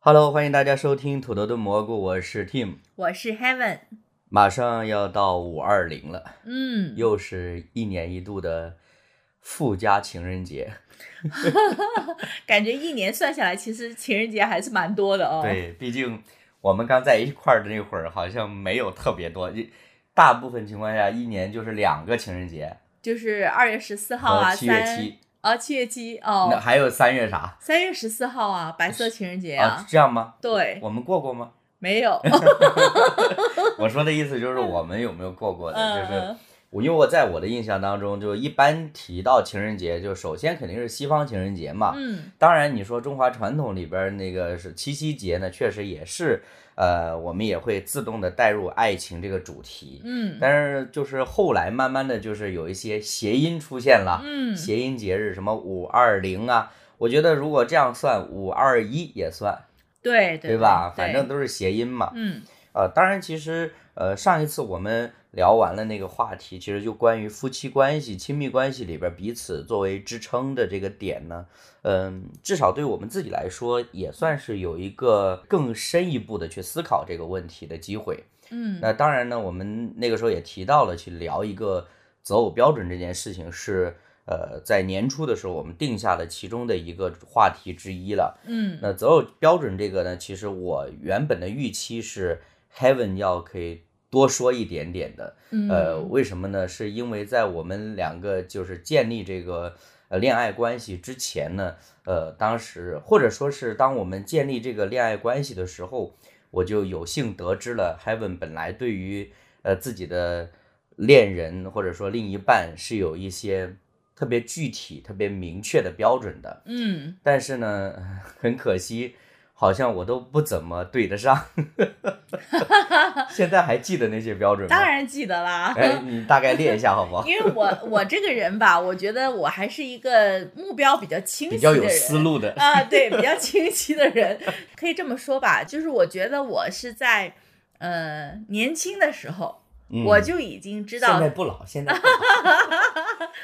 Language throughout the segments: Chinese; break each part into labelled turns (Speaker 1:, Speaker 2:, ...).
Speaker 1: Hello，欢迎大家收听土豆炖蘑菇，我是 Tim。
Speaker 2: 我是 Heaven，
Speaker 1: 马上要到五二零了，
Speaker 2: 嗯，
Speaker 1: 又是一年一度的富家情人节。
Speaker 2: 感觉一年算下来，其实情人节还是蛮多的哦。，
Speaker 1: 对，毕竟我们刚在一块儿的那会儿，好像没有特别多，一大部分情况下一年就是两个情人节
Speaker 2: 就是二月十四号
Speaker 1: 和
Speaker 2: 啊，
Speaker 1: 哦七月
Speaker 2: 三
Speaker 1: 七，
Speaker 2: 啊，七月七
Speaker 1: 那
Speaker 2: 哦，
Speaker 1: 还有三月啥
Speaker 2: 三月十四号啊，白色情人节
Speaker 1: 啊？
Speaker 2: 啊，
Speaker 1: 是这样吗？
Speaker 2: 对，
Speaker 1: 我们过过吗？
Speaker 2: 没有，
Speaker 1: 我说的意思就是我们有没有过过的，就是。
Speaker 2: 嗯，
Speaker 1: 我因为我在我的印象当中，就一般提到情人节，就首先肯定是西方情人节嘛。
Speaker 2: 嗯，
Speaker 1: 当然，你说中华传统里边儿那个是七夕节呢，确实也是，呃，我们也会自动的带入爱情这个主题。
Speaker 2: 嗯，
Speaker 1: 但是就是后来慢慢的就是有一些谐音出现了，
Speaker 2: 嗯，
Speaker 1: 谐音节日什么五二零啊，我觉得如果这样算，五二一也算，
Speaker 2: 对对
Speaker 1: 吧？
Speaker 2: 对
Speaker 1: 反正都是谐音嘛。
Speaker 2: 嗯
Speaker 1: 呃，当然，其实呃，上一次我们聊完了那个话题，其实就关于夫妻关系、亲密关系里边彼此作为支撑的这个点呢，嗯、至少对我们自己来说，也算是有一个更深一步的去思考这个问题的机会。
Speaker 2: 嗯，
Speaker 1: 那当然呢，我们那个时候也提到了去聊一个择偶标准这件事情是。呃，在年初的时候，我们定下了其中的一个话题之一了。
Speaker 2: 嗯
Speaker 1: 那择偶标准这个呢，其实我原本的预期是 Heaven 要可以多说一点点的。
Speaker 2: 嗯，
Speaker 1: 呃，为什么呢？是因为在我们两个就是建立这个呃恋爱关系之前呢，呃，当时或者说是当我们建立这个恋爱关系的时候，我就有幸得知了 Heaven 本来对于呃自己的恋人或者说另一半是有一些特别具体、特别明确的标准的。
Speaker 2: 嗯，
Speaker 1: 但是呢，很可惜，好像我都不怎么对得上。 现在还记得那些标准吗？
Speaker 2: 当。然记得啦。
Speaker 1: 哎，你大概列一下好不 好？
Speaker 2: 因为我我这个人吧，我觉得我还是一个目标比较清晰
Speaker 1: 比
Speaker 2: 的
Speaker 1: 较
Speaker 2: 人，
Speaker 1: 有思路 的。
Speaker 2: 啊，对，比较清晰的人， 可以这么说吧，就是我觉得我是在呃年轻的时候，
Speaker 1: 嗯
Speaker 2: 我就已经知
Speaker 1: 现
Speaker 2: 道
Speaker 1: 在，不老，现在 不老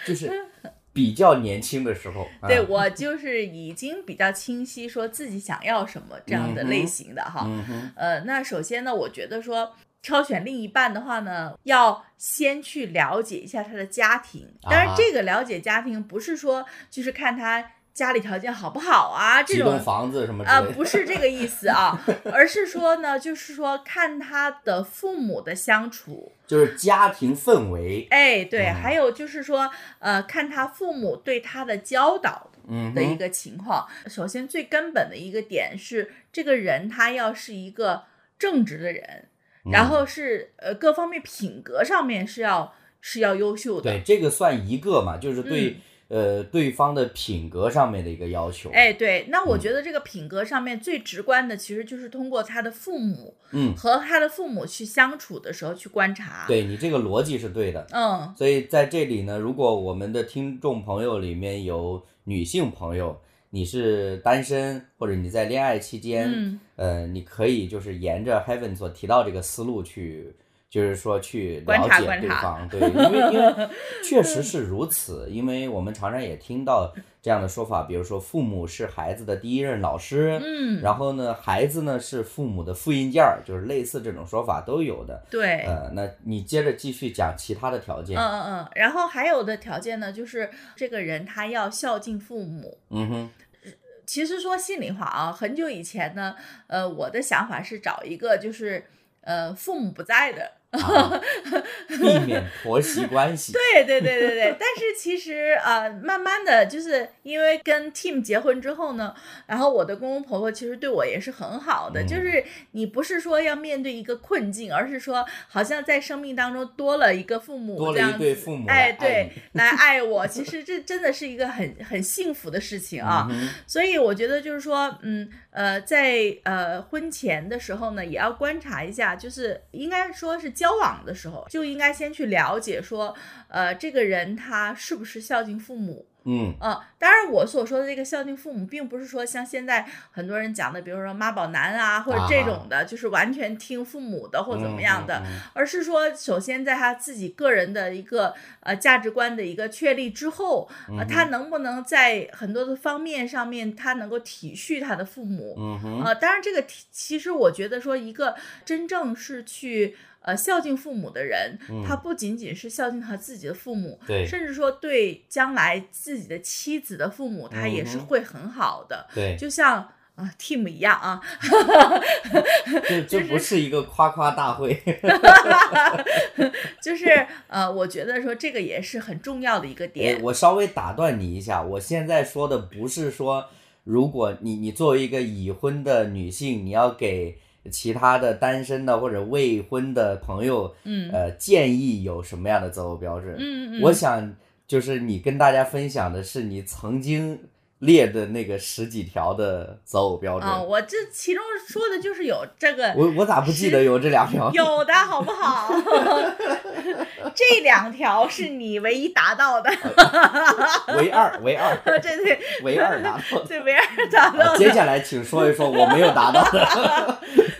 Speaker 1: 就是比较年轻的时候。啊
Speaker 2: 对，我就是已经比较清晰说自己想要什么这样的
Speaker 1: 嗯
Speaker 2: 类
Speaker 1: 哼
Speaker 2: 型的哈。
Speaker 1: 嗯哼，
Speaker 2: 呃，那首先呢，我觉得说。挑选另一半的话呢，要先去了解一下他的家庭。当然
Speaker 1: 啊，
Speaker 2: 这个了解家庭不是说就是看他家里条件好不好啊，这
Speaker 1: 几
Speaker 2: 种
Speaker 1: 栋房子什么之
Speaker 2: 啊、
Speaker 1: 类的。
Speaker 2: 不是这个意思啊， 而是说呢，就是说看他的父母的相处，
Speaker 1: 就是家庭氛围，
Speaker 2: 哎，对，
Speaker 1: 嗯
Speaker 2: 还有就是说，呃，看他父母对他的教导
Speaker 1: 嗯
Speaker 2: 的一
Speaker 1: 哼，
Speaker 2: 个情况。首先，最根本的一个点是，这个人他要是一个正直的人，
Speaker 1: 嗯
Speaker 2: 然后是呃各方面品格上面是要是要优秀的，
Speaker 1: 对这个算一个嘛，就是对呃对方的品格上面的一个要求。
Speaker 2: 嗯哎，对，那
Speaker 1: 嗯
Speaker 2: 我觉得这个品格上面最直观的，其实就是通过他的父母
Speaker 1: 嗯，
Speaker 2: 和他的父母去相处的时候去观察。，
Speaker 1: 对你这个逻辑是对的。
Speaker 2: 嗯
Speaker 1: 所以在这里呢，如果我们的听众朋友里面有女性朋友，你是单身或者你在恋爱期间，
Speaker 2: 嗯
Speaker 1: 呃，你可以就是沿着 Heaven 所提到这个思路去，就是说去
Speaker 2: 观
Speaker 1: 了
Speaker 2: 察
Speaker 1: 解
Speaker 2: 观
Speaker 1: 对
Speaker 2: 察嗯
Speaker 1: 方，对，因为因 为确实是如此，因为我们常常也听到这样的说法，比如说父母是孩子的第一任老师，
Speaker 2: 嗯，
Speaker 1: 然后呢，孩子呢是父母的复印件儿，就是类似这种说法都有的。
Speaker 2: 对，
Speaker 1: 呃，那你接着继续讲其他的条件
Speaker 2: 嗯。嗯嗯。然后还有的条件呢，就是这个人他要孝敬父母。
Speaker 1: 嗯哼，
Speaker 2: 其实说心里话啊，很久以前呢，呃，我的想法是找一个就是呃父母不在的。
Speaker 1: 啊避免婆媳关 系。
Speaker 2: 对对对对对。但是其实呃，慢慢的就是因为跟 Team 结婚之后呢，然后我的公公婆婆其实对我也是很好的，
Speaker 1: 嗯
Speaker 2: 就是你不是说要面对一个困境，而是说好像在生命当中多了一个父母，
Speaker 1: 多了
Speaker 2: 这样
Speaker 1: 一对
Speaker 2: 子
Speaker 1: 父母来
Speaker 2: 哎，
Speaker 1: 爱
Speaker 2: 对， 来爱我。其实这真的是一个很很幸福的事情啊。
Speaker 1: 嗯
Speaker 2: 所以我觉得就是说，嗯呃，在呃婚前的时候呢，也要观察一下，就是应该说是交往的时候，就应该先去了解说，呃，这个人他是不是孝敬父母，
Speaker 1: 嗯
Speaker 2: 嗯，当然我所说的这个孝敬父母，并不是说像现在很多人讲的，比如说妈宝男啊，或者这种的，就是完全听父母的或怎么样的，
Speaker 1: 嗯嗯嗯
Speaker 2: 而是说，首先在他自己个人的一个呃价值观的一个确立之后，呃，
Speaker 1: 嗯
Speaker 2: 他能不能在很多的方面上面，他能够体恤他的父母，
Speaker 1: 嗯哼，
Speaker 2: 呃，当然，这个体其实我觉得说，一个真正是去呃孝敬父母的人，他不仅仅是孝敬他自己的父母，
Speaker 1: 嗯对
Speaker 2: 甚至说对将来自己的妻子的父母，他也是
Speaker 1: 嗯哼
Speaker 2: 会很好的。
Speaker 1: 对，
Speaker 2: 就像啊、Team 一样啊，
Speaker 1: 这这不是一个夸夸大会。
Speaker 2: 就是呃，我觉得说这个也是很重要的一个
Speaker 1: 哎，
Speaker 2: 点。
Speaker 1: 我稍微打断你一下，我现在说的不是说，如果你你作为一个已婚的女性，你要给其他的单身的或者未婚的朋友，
Speaker 2: 嗯
Speaker 1: 呃，建议有什么样的择偶标准？
Speaker 2: 嗯嗯，
Speaker 1: 我想就是你跟大家分享的是你曾经列的那个十几条的择偶标准。
Speaker 2: 啊、我这其中说的就是有这个
Speaker 1: 我我咋不记得有这两条？
Speaker 2: 有的好不好？ 这两条是你唯一达到的，
Speaker 1: 唯二唯二
Speaker 2: 这 对
Speaker 1: 唯二达 到的。
Speaker 2: 对维尔达到
Speaker 1: 好接下来请说一说我没有达到的。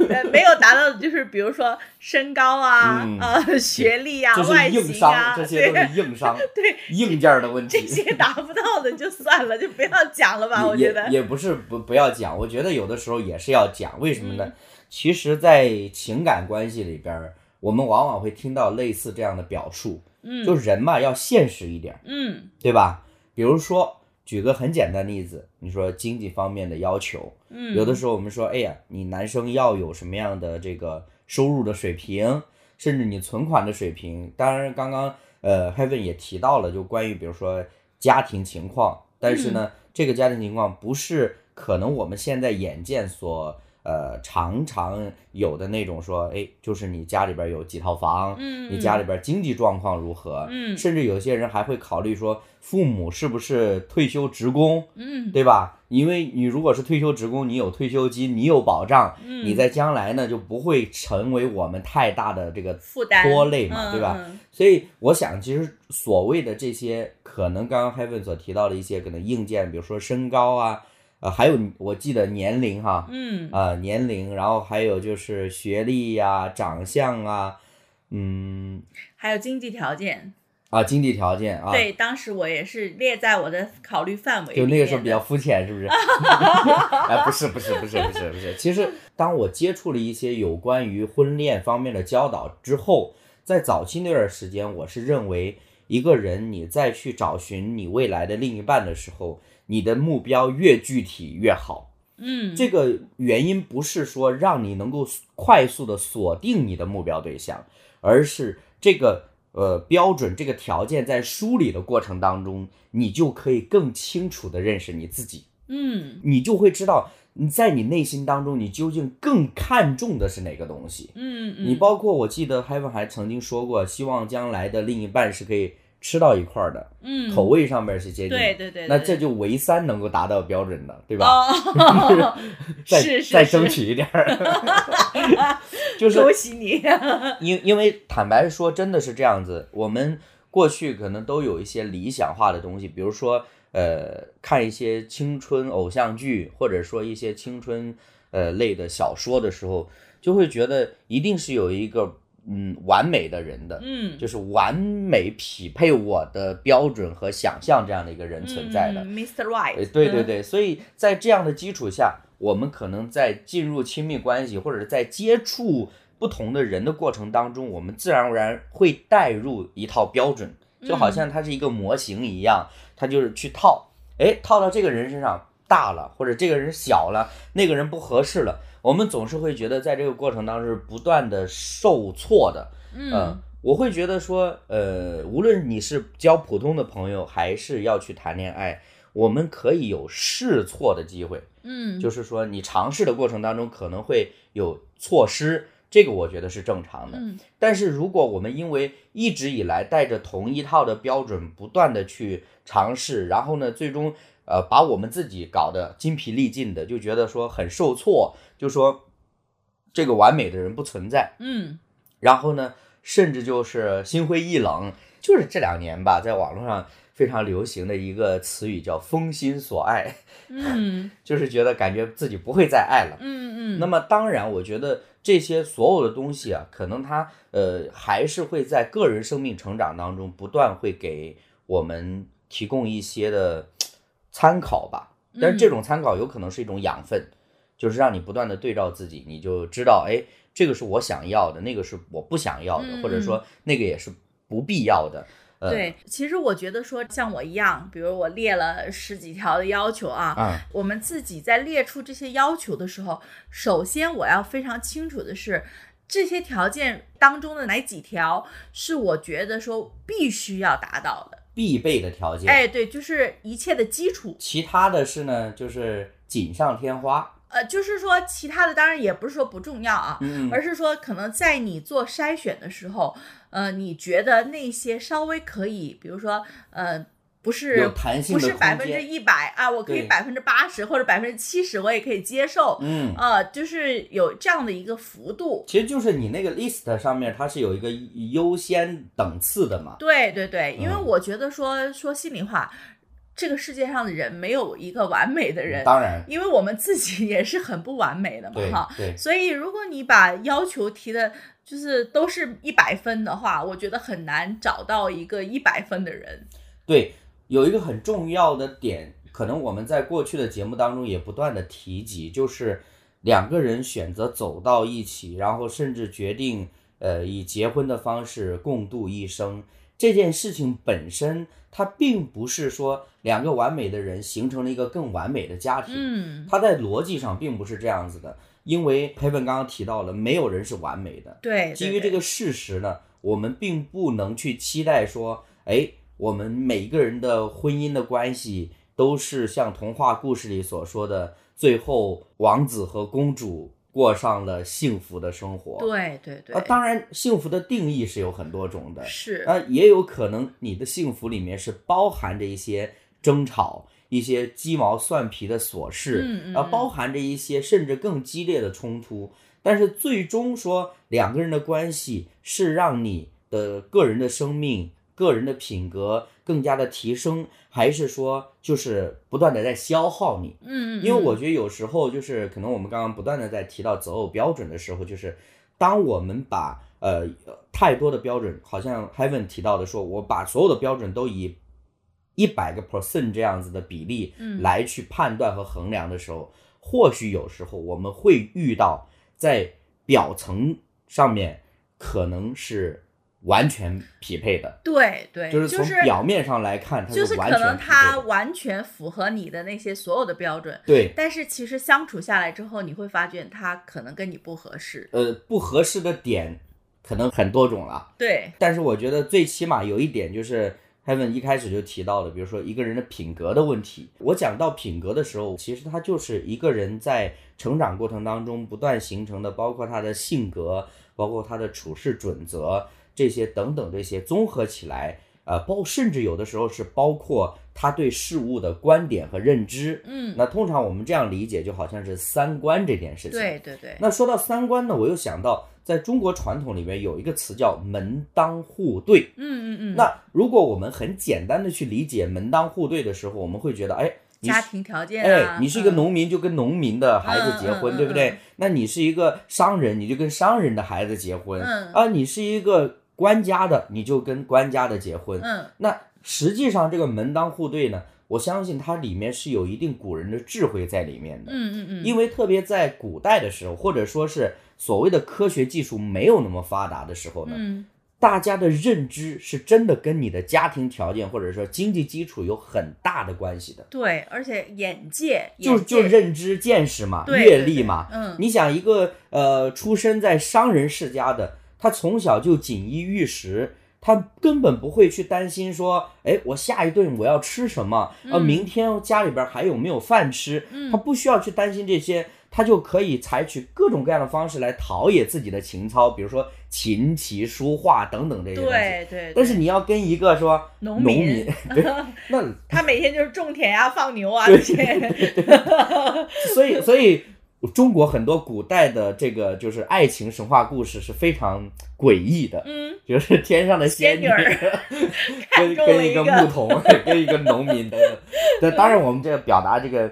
Speaker 2: 的，没有达到的就是比如说身高啊、
Speaker 1: 嗯
Speaker 2: 呃学历啊、
Speaker 1: 这
Speaker 2: 外
Speaker 1: 是硬
Speaker 2: 形啊
Speaker 1: 伤，，这些
Speaker 2: 对
Speaker 1: 都是硬伤，
Speaker 2: 对
Speaker 1: 硬件儿的问
Speaker 2: 这
Speaker 1: 题。
Speaker 2: 些达不到的就算了，就不要讲了吧。我觉
Speaker 1: 也
Speaker 2: 得，
Speaker 1: 也不是不不要讲，我觉得有的时候也是要讲，为什么
Speaker 2: 嗯
Speaker 1: 呢？其实，在情感关系里边儿，我们往往会听到类似这样的表述，
Speaker 2: 嗯
Speaker 1: 就是人嘛要现实一点儿，
Speaker 2: 嗯
Speaker 1: 对吧？比如说，举个很简单的例子，你说经济方面的要求，
Speaker 2: 嗯，
Speaker 1: 有的时候我们说，哎呀，你男生要有什么样的这个收入的水平，甚至你存款的水平。当然，刚刚呃，Heaven 也提到了，就关于比如说家庭情况，但是
Speaker 2: 嗯
Speaker 1: 呢，这个家庭情况不是可能我们现在眼见所呃常常有的那种说，哎，就是你家里边有几套房，
Speaker 2: 嗯，嗯
Speaker 1: 你家里边经济状况如何，
Speaker 2: 嗯
Speaker 1: 甚至有些人还会考虑说，父母是不是退休职工，
Speaker 2: 嗯
Speaker 1: 对吧？因为你如果是退休职工，你有退休金，你有保障，
Speaker 2: 嗯
Speaker 1: 你在将来呢就不会成为我们太大的这个
Speaker 2: 负担
Speaker 1: 拖累嘛，
Speaker 2: 嗯
Speaker 1: 对吧？
Speaker 2: 嗯
Speaker 1: 所以我想，其实所谓的这些，可能刚刚 Heaven 所提到的一些可能硬件，比如说身高啊，呃，还有我记得年龄哈，
Speaker 2: 嗯
Speaker 1: 啊，年龄，然后还有就是学历呀、长相啊，嗯，
Speaker 2: 还有经济条件，
Speaker 1: 啊，经济条件啊，
Speaker 2: 对，当时我也是列在我的考虑范围里
Speaker 1: 就
Speaker 2: 面的。
Speaker 1: 那个时候比较肤浅， 是不是？哎，不是，不是，不是，不是，不是。其实，当我接触了一些有关于婚恋方面的教导之后，在早期那段时间，我是认为一个人你再去找寻你未来的另一半的时候，你的目标越具体越好。
Speaker 2: 嗯，
Speaker 1: 这个原因不是说让你能够快速的锁定你的目标对象，而是这个呃标准、这个条件在梳理的过程当中，你就可以更清楚的认识你自己，
Speaker 2: 嗯
Speaker 1: 你就会知道你在你内心当中你究竟更看重的是哪个东西。
Speaker 2: 嗯嗯，
Speaker 1: 你包括我记得 Heaven 还曾经说过，希望将来的另一半是可以吃到一块儿的，
Speaker 2: 嗯
Speaker 1: 口味上面是接近的。
Speaker 2: 对对对，
Speaker 1: 那
Speaker 2: 对
Speaker 1: 这就唯三能够达到标准的，对吧？
Speaker 2: 哦，
Speaker 1: 再
Speaker 2: 是是
Speaker 1: 再
Speaker 2: 是
Speaker 1: 争取一点儿， 就是
Speaker 2: 恭喜你。
Speaker 1: 因因为坦白说，真的是这样子。我们过去可能都有一些理想化的东西，比如说呃，看一些青春偶像剧，或者说一些青春呃类的小说的时候，就会觉得一定是有一个嗯完美的人的，
Speaker 2: 嗯，
Speaker 1: 就是完美匹配我的标准和想象这样的一个人存在的。
Speaker 2: 嗯、Mr.
Speaker 1: 呃
Speaker 2: Right，
Speaker 1: 对对
Speaker 2: 嗯，
Speaker 1: 对，所以在这样的基础下，我们可能在进入亲密关系或者在接触不同的人的过程当中，我们自然而然会带入一套标准，就好像它是一个模型一样，它就是去套，哎，套到这个人身上大了，或者这个人小了，那个人不合适了，我们总是会觉得在这个过程当中是不断的受挫的，嗯
Speaker 2: 嗯，
Speaker 1: 我会觉得说，呃，无论你是交普通的朋友，还是要去谈恋爱，我们可以有试错的机会，
Speaker 2: 嗯，
Speaker 1: 就是说你尝试的过程当中可能会有错失，这个我觉得是正常的。
Speaker 2: 嗯
Speaker 1: 但是如果我们因为一直以来带着同一套的标准不断的去尝试，然后呢，最终呃把我们自己搞得筋疲力尽的，就觉得说很受挫，就说这个完美的人不存在。
Speaker 2: 嗯
Speaker 1: 然后呢，甚至就是心灰意冷。就是这两年吧，在网络上非常流行的一个词语叫“封心所爱
Speaker 2: 嗯”，
Speaker 1: 就是觉得感觉自己不会再爱了。
Speaker 2: 嗯嗯，
Speaker 1: 那么当然，我觉得这些所有的东西啊，可能它呃还是会在个人生命成长当中不断会给我们提供一些的参考吧。但
Speaker 2: 嗯
Speaker 1: 是这种参考有可能是一种养分，就是让你不断的对照自己，你就知道，哎，这个是我想要的，那个是我不想要的，
Speaker 2: 嗯
Speaker 1: 或者说那个也是不必要的。呃，
Speaker 2: 对，其实我觉得说像我一样，比如我列了十几条的要求啊，
Speaker 1: 啊，
Speaker 2: 我们自己在列出这些要求的时候，首先我要非常清楚的是，这些条件当中的哪几条是我觉得说必须要达到的。
Speaker 1: 必备的条件。
Speaker 2: 哎，对，就是一切的基础。
Speaker 1: 其他的是呢，就是锦上添花。
Speaker 2: 呃，就是说其他的当然也不是说不重要啊，
Speaker 1: 嗯，
Speaker 2: 而是说可能在你做筛选的时候，呃，你觉得那些稍微可以，比如说呃。不是
Speaker 1: 有弹性
Speaker 2: 不
Speaker 1: 的
Speaker 2: 是
Speaker 1: 空
Speaker 2: 百分之
Speaker 1: 间
Speaker 2: 一百啊，我可以
Speaker 1: 对
Speaker 2: 百分之八十或者百分之七十，我也可以接受。
Speaker 1: 嗯，
Speaker 2: 呃，就是有这样的一个幅度。
Speaker 1: 其实就是你那个 list 上面它是有一个优先等次的嘛。
Speaker 2: 对对对，因为
Speaker 1: 嗯
Speaker 2: 我觉得说说心里话，这个世界上的人没有一个完美的人，
Speaker 1: 当然，
Speaker 2: 因为我们自己也是很不完美的嘛，
Speaker 1: 对
Speaker 2: 哈。
Speaker 1: 对，
Speaker 2: 所以如果你把要求提的，就是都是一百分的话，我觉得很难找到一个一百分的人。
Speaker 1: 对，有一个很重要的点，可能我们在过去的节目当中也不断的提及，就是两个人选择走到一起，然后甚至决定呃以结婚的方式共度一生这件事情本身，它并不是说两个完美的人形成了一个更完美的家庭，
Speaker 2: 嗯，
Speaker 1: 它在逻辑上并不是这样子的，因为裴文刚刚提到了，没有人是完美的，
Speaker 2: 对，
Speaker 1: 基
Speaker 2: 对
Speaker 1: 于这
Speaker 2: 对
Speaker 1: 个事实呢，我们并不能去期待说，哎，我们每一个人的婚姻的关系都是像童话故事里所说的，最后王子和公主过上了幸福的生活。
Speaker 2: 对对对，
Speaker 1: 啊，当呃然，幸福的定义是有很多种的，
Speaker 2: 是，嗯
Speaker 1: 那也有可能你的幸福里面是包含着一些争吵。一些鸡毛蒜皮的琐事，
Speaker 2: 嗯嗯
Speaker 1: 啊，
Speaker 2: 嗯
Speaker 1: 包含着一些甚至更激烈的冲突，但是最终说两个人的关系是让你的个人的生命、个人的品格更加的提升，还是说就是不断的在消耗你？
Speaker 2: 嗯，嗯
Speaker 1: 因为
Speaker 2: 嗯
Speaker 1: 我觉得有时候就是可能我们刚刚不断的在提到择偶标准的时候，就是当我们把呃太多的标准，好像 Heaven 提到的说，我把所有的标准都以一百个 percent 这样子的比例
Speaker 2: 嗯
Speaker 1: 来去判断和衡量的时候，或许有时候我们会遇到在表层上面可能是完全匹配的，
Speaker 2: 对对，
Speaker 1: 就是
Speaker 2: 就
Speaker 1: 从
Speaker 2: 是
Speaker 1: 表面上来看，它
Speaker 2: 就是
Speaker 1: 完
Speaker 2: 可
Speaker 1: 全
Speaker 2: 能
Speaker 1: 匹
Speaker 2: 他
Speaker 1: 配的。
Speaker 2: 完全符合你的那些所有的标准，
Speaker 1: 对，
Speaker 2: 但是其实相处下来之后，你会发觉他可能跟你不合适。
Speaker 1: 呃不合适的点可能很多种了，
Speaker 2: 对，
Speaker 1: 但是我觉得最起码有一点就是 Heaven 一开始就提到的，比如说一个人的品格的问题。我讲到品格的时候，其实它就是一个人在成长过程当中不断形成的，包括他的性格，包括他的处事准则这些等等这些综合起来。呃，包甚至有的时候是包括他对事物的观点和认知。
Speaker 2: 嗯，
Speaker 1: 那通常我们这样理解，就好像是三观这件事情。
Speaker 2: 对对对，
Speaker 1: 那说到三观呢，我又想到，在中国传统里面有一个词叫门当户对。
Speaker 2: 嗯嗯嗯，
Speaker 1: 那如果我们很简单的去理解门当户对的时候，我们会觉得，哎，你
Speaker 2: 家
Speaker 1: 是
Speaker 2: 庭条件啊，
Speaker 1: 哎，你是一个
Speaker 2: 嗯
Speaker 1: 农民，就跟农民的孩子结婚，
Speaker 2: 嗯嗯嗯
Speaker 1: 对不
Speaker 2: 嗯
Speaker 1: 对？那你是一个商人，你就跟商人的孩子结婚。
Speaker 2: 嗯
Speaker 1: 啊，你是一个官家的，你就跟官家的结婚。
Speaker 2: 嗯，
Speaker 1: 那实际上这个门当户对呢，我相信它里面是有一定古人的智慧在里面的。
Speaker 2: 嗯嗯嗯，
Speaker 1: 因为特别在古代的时候，或者说是所谓的科学技术没有那么发达的时候呢，
Speaker 2: 嗯
Speaker 1: 大家的认知是真的跟你的家庭条件或者说经济基础有很大的关系的，
Speaker 2: 对，而且眼界
Speaker 1: 就
Speaker 2: 眼
Speaker 1: 就
Speaker 2: 界
Speaker 1: 认知、见识嘛，
Speaker 2: 对
Speaker 1: 阅历嘛。
Speaker 2: 对对嗯
Speaker 1: 你想一个呃，出生在商人世家的，他从小就锦衣玉食。他根本不会去担心说，哎，我下一顿我要吃什么？呃，
Speaker 2: 嗯
Speaker 1: 明天家里边还有没有饭吃？他
Speaker 2: 嗯
Speaker 1: 不需要去担心这些，他就可以采取各种各样的方式来陶冶自己的情操，比如说琴棋书画等等这些东西。
Speaker 2: 对对，
Speaker 1: 但是你要跟一个说
Speaker 2: 农
Speaker 1: 农
Speaker 2: 民
Speaker 1: 民， 那
Speaker 2: 啊他每天就是种田呀、放牛啊这些，
Speaker 1: 所以所以中国很多古代的这个就是爱情神话故事是非常诡异的，
Speaker 2: 嗯，
Speaker 1: 就是天上的仙
Speaker 2: 仙女 儿
Speaker 1: 跟
Speaker 2: 看中了
Speaker 1: 跟
Speaker 2: 一
Speaker 1: 个
Speaker 2: 个
Speaker 1: 牧 童，跟一个农民等等。但当然，我们这个表达这个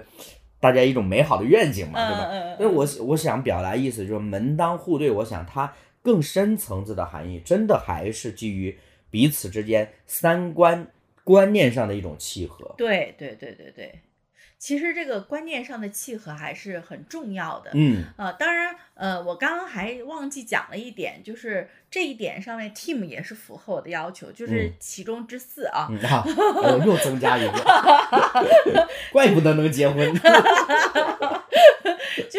Speaker 1: 大家一种美好的愿景嘛，对吧？
Speaker 2: 嗯嗯
Speaker 1: 但是我我想表达意思就是门当户对，我想它更深层次的含义，真的还是基于彼此之间三观观念上的一种契合。
Speaker 2: 对对对对对，其实这个观念上的契合还是很重要的。
Speaker 1: 嗯
Speaker 2: 呃，当然，呃，我刚刚还忘记讲了一点，就是这一点上面，Team 也是符合我的要求，就是
Speaker 1: 嗯
Speaker 2: 其中之四啊。
Speaker 1: 嗯啊，哎呦，又增加一个， 怪不得能结婚。
Speaker 2: 就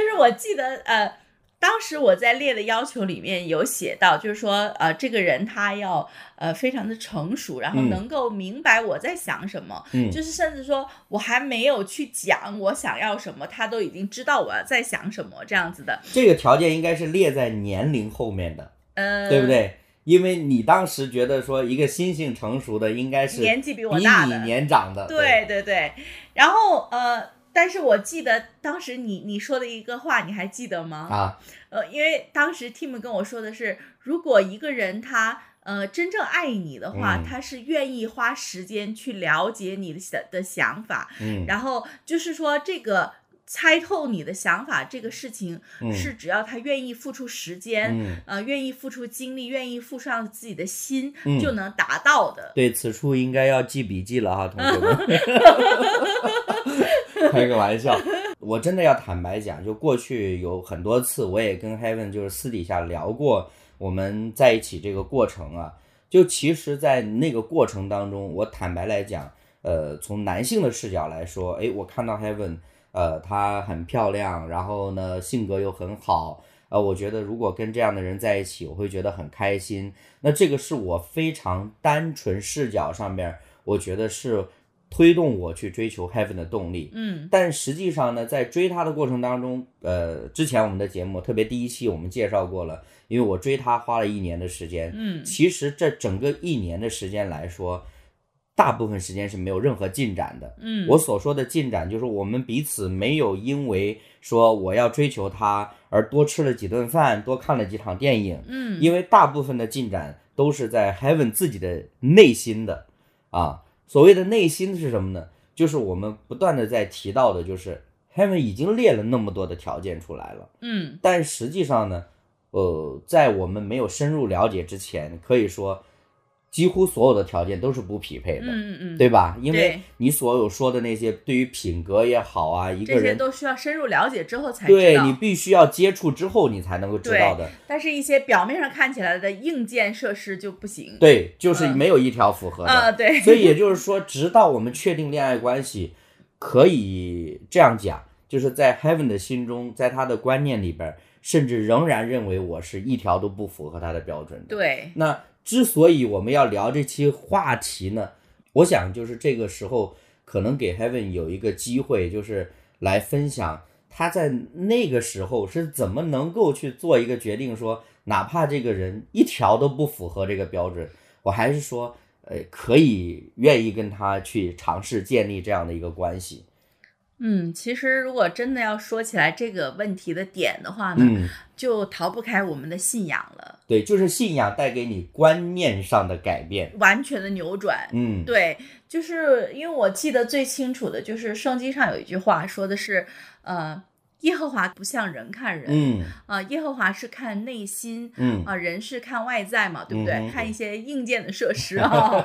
Speaker 2: 是我记得呃，当时我在列的要求里面有写到，就是说呃，这个人他要呃非常的成熟，然后
Speaker 1: 嗯
Speaker 2: 能够明白我在想什么，
Speaker 1: 嗯
Speaker 2: 就是甚至说我还没有去讲我想要什么，他都已经知道我在想什么这样子的，
Speaker 1: 这个条件应该是列在年龄后面的，
Speaker 2: 呃，
Speaker 1: 对不？对？因为你当时觉得说一个心性成熟的应该是
Speaker 2: 年纪比
Speaker 1: 比
Speaker 2: 我大
Speaker 1: 你
Speaker 2: 的
Speaker 1: 年长的，
Speaker 2: 对对对，然后呃，但是我记得当时你你说的一个话，你还记得吗？
Speaker 1: 啊，
Speaker 2: 呃，因为当时 Tim 跟我说的是，如果一个人他呃真正爱你的话，
Speaker 1: 嗯
Speaker 2: 他是愿意花时间去了解你的想的想法，
Speaker 1: 嗯
Speaker 2: 然后就是说这个猜透你的想法这个事情，
Speaker 1: 嗯
Speaker 2: 是只要他愿意付出时间。
Speaker 1: 嗯，
Speaker 2: 呃，愿意付出精力，愿意付上自己的心，
Speaker 1: 嗯
Speaker 2: 就能达到的。
Speaker 1: 对，此处应该要记笔记了哈，同学们。 开个玩笑，我真的要坦白讲，就过去有很多次，我也跟 Heaven 就是私底下聊过我们在一起这个过程啊。就其实，在那个过程当中，我坦白来讲，呃，从男性的视角来说，诶，我看到 Heaven，呃，她很漂亮，然后呢，性格又很好，呃，我觉得如果跟这样的人在一起，我会觉得很开心。那这个是我非常单纯视角上面，我觉得是推动我去追求 heaven 的动力。
Speaker 2: 嗯
Speaker 1: 但实际上呢，在追他的过程当中，呃，之前我们的节目特别第一期我们介绍过了，因为我追他花了一年的时间。
Speaker 2: 嗯，
Speaker 1: 其实这整个一年的时间来说，大部分时间是没有任何进展的。
Speaker 2: 嗯，
Speaker 1: 我所说的进展，就是我们彼此没有因为说我要追求他而多吃了几顿饭，多看了几场电影，
Speaker 2: 嗯，
Speaker 1: 因为大部分的进展都是在 Heaven 自己的内心的啊。所谓的内心是什么呢？就是我们不断的在提到的，就是 Heaven 已经列了那么多的条件出来了，
Speaker 2: 嗯
Speaker 1: 但实际上呢，呃，在我们没有深入了解之前，可以说几乎所有的条件都是不匹配
Speaker 2: 嗯
Speaker 1: 的。
Speaker 2: 嗯嗯，
Speaker 1: 对吧？因为
Speaker 2: 对
Speaker 1: 你所有说的那些，对于品格也好啊，一个
Speaker 2: 这些
Speaker 1: 人
Speaker 2: 都需要深入了解之后才知道。
Speaker 1: 对你必须要接触之后，你才能够知道的。
Speaker 2: 但是，一些表面上看起来的硬件设施就不行。
Speaker 1: 对，就是
Speaker 2: 嗯
Speaker 1: 没有一条符合的。
Speaker 2: 啊、对，
Speaker 1: 所以也就是说，直到我们确定恋爱关系，可以这样讲，就是在 Heaven 的心中，在他的观念里边儿，甚至仍然认为我是一条都不符合他的标准的。
Speaker 2: 对，
Speaker 1: 那之所以我们要聊这期话题呢，我想就是这个时候可能给 Heaven 有一个机会，就是来分享他在那个时候是怎么能够去做一个决定说，哪怕这个人一条都不符合这个标准，我还是说。呃，可以愿意跟他去尝试建立这样的一个关系，
Speaker 2: 嗯，其实如果真的要说起来这个问题的点的话呢，
Speaker 1: 嗯，
Speaker 2: 就逃不开我们的信仰了，
Speaker 1: 对，就是信仰带给你观念上的改变，
Speaker 2: 完全的扭转。
Speaker 1: 嗯，
Speaker 2: 对，就是因为我记得最清楚的就是圣经上有一句话说的是，呃，耶和华不像人看人，
Speaker 1: 嗯
Speaker 2: 啊、耶和华是看内心，
Speaker 1: 嗯
Speaker 2: 啊，人是看外在嘛，对不对？
Speaker 1: 嗯哼
Speaker 2: 看一些硬件的设施 啊。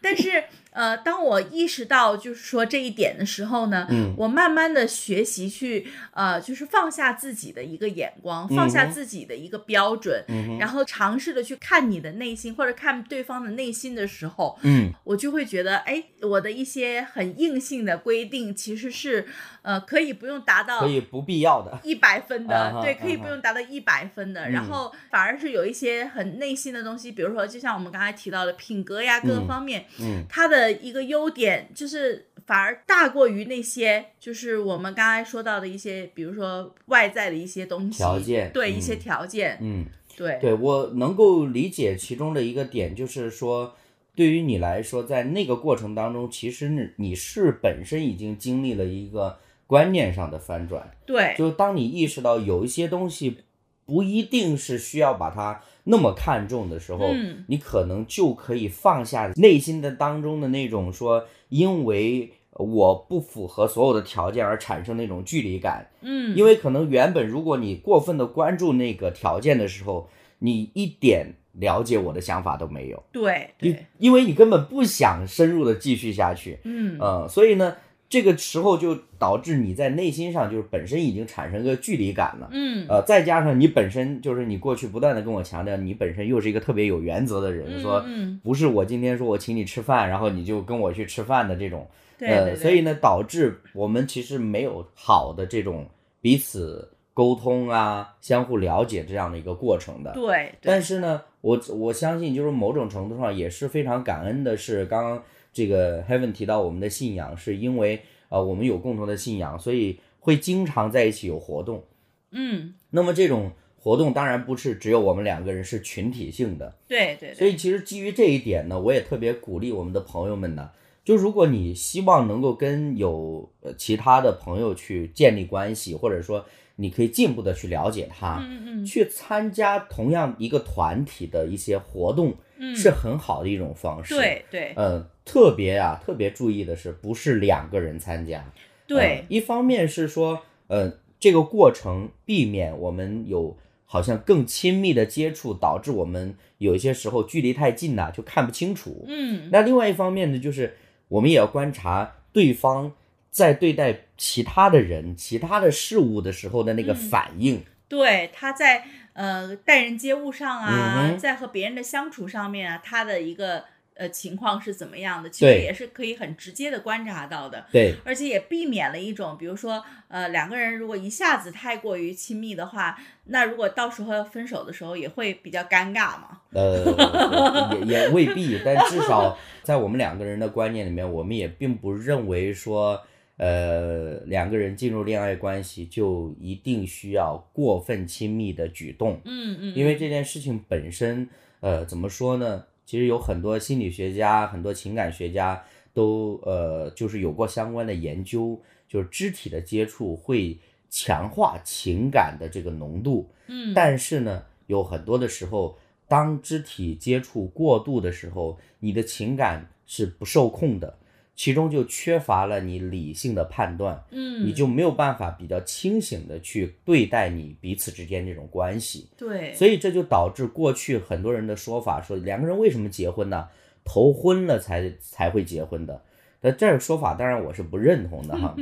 Speaker 2: 但是呃，当我意识到就是说这一点的时候呢，
Speaker 1: 嗯
Speaker 2: 我慢慢的学习去呃，就是放下自己的一个眼光，放下
Speaker 1: 嗯哼
Speaker 2: 自己的一个标准，
Speaker 1: 嗯哼
Speaker 2: 然后尝试的去看你的内心或者看对方的内心的时候，
Speaker 1: 嗯
Speaker 2: 我就会觉得，哎，我的一些很硬性的规定其实是呃，可以不用达到
Speaker 1: 可以不必要的，
Speaker 2: 一百分的，
Speaker 1: 啊哈
Speaker 2: 对，可
Speaker 1: 啊
Speaker 2: 以
Speaker 1: 哈
Speaker 2: 不用达到一百分的，然
Speaker 1: 嗯
Speaker 2: 后反而是有一些很内心的东西，比如说，就像我们刚才提到的品格呀，各个
Speaker 1: 嗯
Speaker 2: 方面，
Speaker 1: 嗯
Speaker 2: 它的一个优点就是反而大过于那些，就是我们刚才说到的一些，比如说外在的一些东西，
Speaker 1: 条件
Speaker 2: 对、一
Speaker 1: 嗯
Speaker 2: 些条件，
Speaker 1: 嗯，
Speaker 2: 对，
Speaker 1: 对我能够理解其中的一个点，就是说，对于你来说，在那个过程当中，其实你你是本身已经经历了一个观念上的翻转。
Speaker 2: 对，
Speaker 1: 就当你意识到有一些东西不一定是需要把它那么看重的时候，
Speaker 2: 嗯
Speaker 1: 你可能就可以放下内心的当中的那种说，因为我不符合所有的条件而产生那种距离感，
Speaker 2: 嗯，
Speaker 1: 因为可能原本如果你过分的关注那个条件的时候，你一点了解我的想法都没有，
Speaker 2: 对
Speaker 1: 你
Speaker 2: 对，
Speaker 1: 因为你根本不想深入的继续下去，
Speaker 2: 嗯
Speaker 1: 嗯，所以呢，这个时候就导致你在内心上就是本身已经产生一个距离感了。
Speaker 2: 嗯
Speaker 1: 呃，再加上你本身就是你过去不断的跟我强调，你本身又是一个特别有原则的人，
Speaker 2: 嗯
Speaker 1: 说
Speaker 2: 嗯，
Speaker 1: 不是我今天说我请你吃饭，然后你就跟我去吃饭的这种，
Speaker 2: 对
Speaker 1: 呃，
Speaker 2: 对，
Speaker 1: 所以呢，导致我们其实没有好的这种彼此沟通啊、相互了解这样的一个过程的。
Speaker 2: 对对，
Speaker 1: 但是呢，我我相信，就是某种程度上也是非常感恩的，是刚刚这个 Heaven 提到我们的信仰，是因为呃我们有共同的信仰，所以会经常在一起有活动。
Speaker 2: 嗯
Speaker 1: 那么这种活动当然不是只有我们两个人，是群体性的。
Speaker 2: 对对
Speaker 1: 所
Speaker 2: 对，
Speaker 1: 以其实基于这一点呢，我也特别鼓励我们的朋友们呢，就如果你希望能够跟有呃其他的朋友去建立关系，或者说你可以进一步的去了解他，
Speaker 2: 嗯嗯
Speaker 1: 去参加同样一个团体的一些活动，
Speaker 2: 嗯，
Speaker 1: 是很好的一种方式。，
Speaker 2: 对对
Speaker 1: 呃，特别啊，特别注意的是，不是两个人参加。呃
Speaker 2: 对，
Speaker 1: 一方面是说，呃，这个过程避免我们有好像更亲密的接触，导致我们有一些时候距离太近呐、就看不清楚。
Speaker 2: 嗯
Speaker 1: 那另外一方面呢，就是我们也要观察对方在对待其他的人、其他的事物的时候的那个
Speaker 2: 嗯
Speaker 1: 反应。
Speaker 2: 对，他在呃待人接物上啊，
Speaker 1: 嗯哼
Speaker 2: 在和别人的相处上面啊，他的一个呃情况是怎么样的，其实
Speaker 1: 对
Speaker 2: 也是可以很直接的观察到的。
Speaker 1: 对，
Speaker 2: 而且也避免了一种，比如说，呃，两个人如果一下子太过于亲密的话，那如果到时候分手的时候也会比较尴尬嘛。
Speaker 1: 呃，也也未必，但至少在我们两个人的观念里面，我们也并不认为说，呃，两个人进入恋爱关系就一定需要过分亲密的举动，
Speaker 2: 嗯嗯，
Speaker 1: 因为这件事情本身，呃，怎么说呢？其实有很多心理学家、很多情感学家都呃，就是有过相关的研究，就是肢体的接触会强化情感的这个浓度。
Speaker 2: 嗯，
Speaker 1: 但是呢，有很多的时候，当肢体接触过度的时候，你的情感是不受控的，其中就缺乏了你理性的判断，
Speaker 2: 嗯，
Speaker 1: 你就没有办法比较清醒的去对待你彼此之间这种关系，
Speaker 2: 对，
Speaker 1: 所以这就导致过去很多人的说法说，两个人为什么结婚呢？头婚了才才会结婚的。那这个说法当然我是不认同的 哈，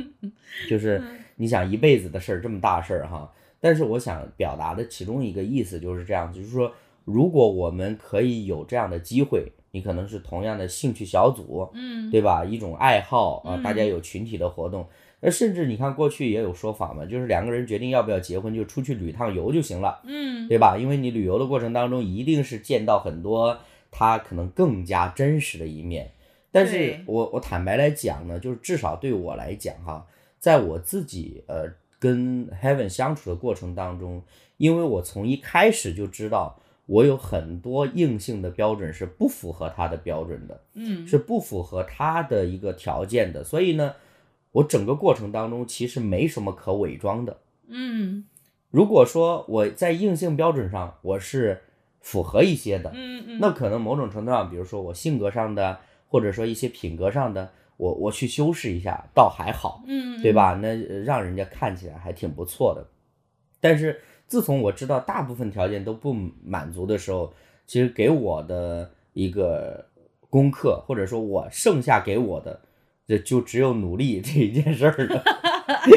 Speaker 1: 就是
Speaker 2: 嗯
Speaker 1: 你想一辈子的事儿这么大事儿哈，但是我想表达的其中一个意思就是这样，就是说如果我们可以有这样的机会，你可能是同样的兴趣小组，
Speaker 2: 嗯，
Speaker 1: 对吧？一种爱好啊，
Speaker 2: 嗯
Speaker 1: 大家有群体的活动。那甚至你看过去也有说法嘛，就是两个人决定要不要结婚，就出去旅趟游就行了。
Speaker 2: 嗯，
Speaker 1: 对吧？因为你旅游的过程当中，一定是见到很多他可能更加真实的一面。但是
Speaker 2: 对
Speaker 1: 我我坦白来讲呢，就是至少对我来讲哈，在我自己呃跟 Heaven 相处的过程当中，因为我从一开始就知道我有很多硬性的标准是不符合他的标准的，
Speaker 2: 嗯，
Speaker 1: 是不符合他的一个条件的，所以呢，我整个过程当中其实没什么可伪装的。
Speaker 2: 嗯，
Speaker 1: 如果说我在硬性标准上我是符合一些的
Speaker 2: 嗯，嗯嗯，
Speaker 1: 那可能某种程度上，比如说我性格上的，或者说一些品格上的，我我去修饰一下，倒还好，
Speaker 2: 嗯，
Speaker 1: 对吧？那呃让人家看起来还挺不错的。但是自从我知道大部分条件都不满足的时候，其实给我的一个功课，或者说我剩下给我的，就就只有努力这一件事儿了。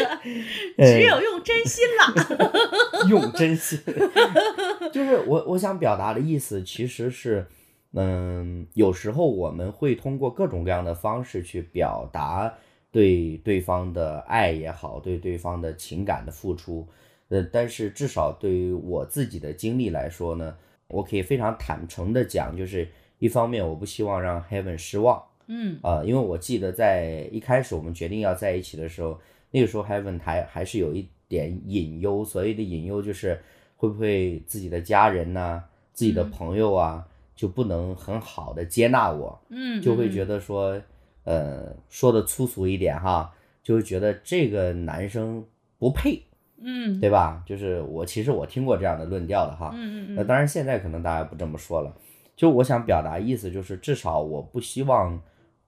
Speaker 1: 哎
Speaker 2: 只有用真心了。
Speaker 1: 用真心，就是我我想表达的意思其实是，嗯，有时候我们会通过各种各样的方式去表达对对方的爱也好，对对方的情感的付出，呃，但是至少对于我自己的经历来说呢，我可以非常坦诚的讲，就是一方面我不希望让 Heaven 失望，
Speaker 2: 嗯
Speaker 1: 呃，因为我记得在一开始我们决定要在一起的时候，那个时候 Heaven 还还是有一点隐忧，所谓的隐忧就是会不会自己的家人呐、自己的
Speaker 2: 嗯
Speaker 1: 朋友啊，就不能很好的接纳我，
Speaker 2: 嗯，
Speaker 1: 就会觉
Speaker 2: 得
Speaker 1: 得说，呃，说的粗俗一点哈，就会觉得这个男生不配，
Speaker 2: 嗯，
Speaker 1: 对吧？就是我其实我听过这样的论调的哈。
Speaker 2: 嗯嗯
Speaker 1: 啊那
Speaker 2: 嗯，
Speaker 1: 当然，现在可能大家不这么说了。就我想表达意思就是，至少我不希望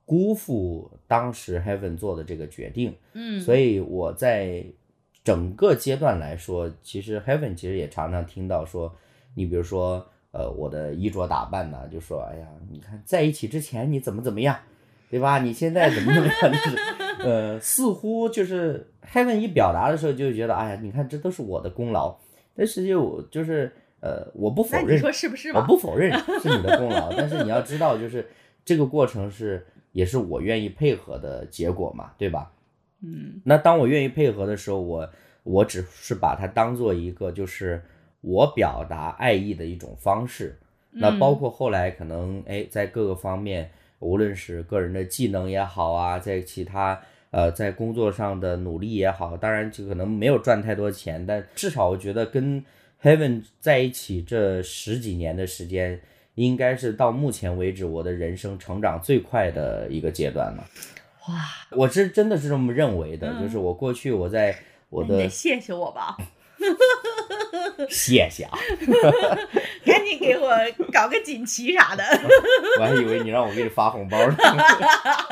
Speaker 1: 辜负当时 Heaven 做的这个决定，
Speaker 2: 嗯，
Speaker 1: 所
Speaker 2: 以
Speaker 1: 以我在整个阶段来说，其实 Heaven 其实也常常听到说，你比如说，呃，我的衣着打扮呐，就说，哎呀，你看在一起之前你怎么怎么样，对吧？你现在怎么怎么样？就是，呃，似乎就是 Heaven 一表达的时候，就觉得，哎呀，你看这都是我的功劳，但实际我就是，呃，我不
Speaker 2: 那
Speaker 1: 否
Speaker 2: 你
Speaker 1: 认，
Speaker 2: 说是不是
Speaker 1: 我
Speaker 2: 吧？
Speaker 1: 不 否认是你的功劳，但是你要知道，就是这个过程是也是我愿意配合的结果嘛，对吧？
Speaker 2: 嗯
Speaker 1: 那当我愿意配合的时候，我我只是把它当做一个就是我表达爱意的一种方式。那
Speaker 2: 嗯
Speaker 1: 包括后来可能哎，在各个方面，无论是个人的技能也好啊，在其他呃在工作上的努力也好，当然就可能没有赚太多钱，但至少我觉得跟 Heaven 在一起这十几年的时间。应该是到目前为止我的人生成长最快的一个阶段了。
Speaker 2: 哇，
Speaker 1: 我是真的是这么认为的，
Speaker 2: 嗯
Speaker 1: 就是我过去我在我
Speaker 2: 那你得
Speaker 1: 的
Speaker 2: 谢谢我吧，
Speaker 1: 谢谢啊，
Speaker 2: 赶紧给我搞个锦旗 啥的。
Speaker 1: 我还以为你让我给你发红包呢，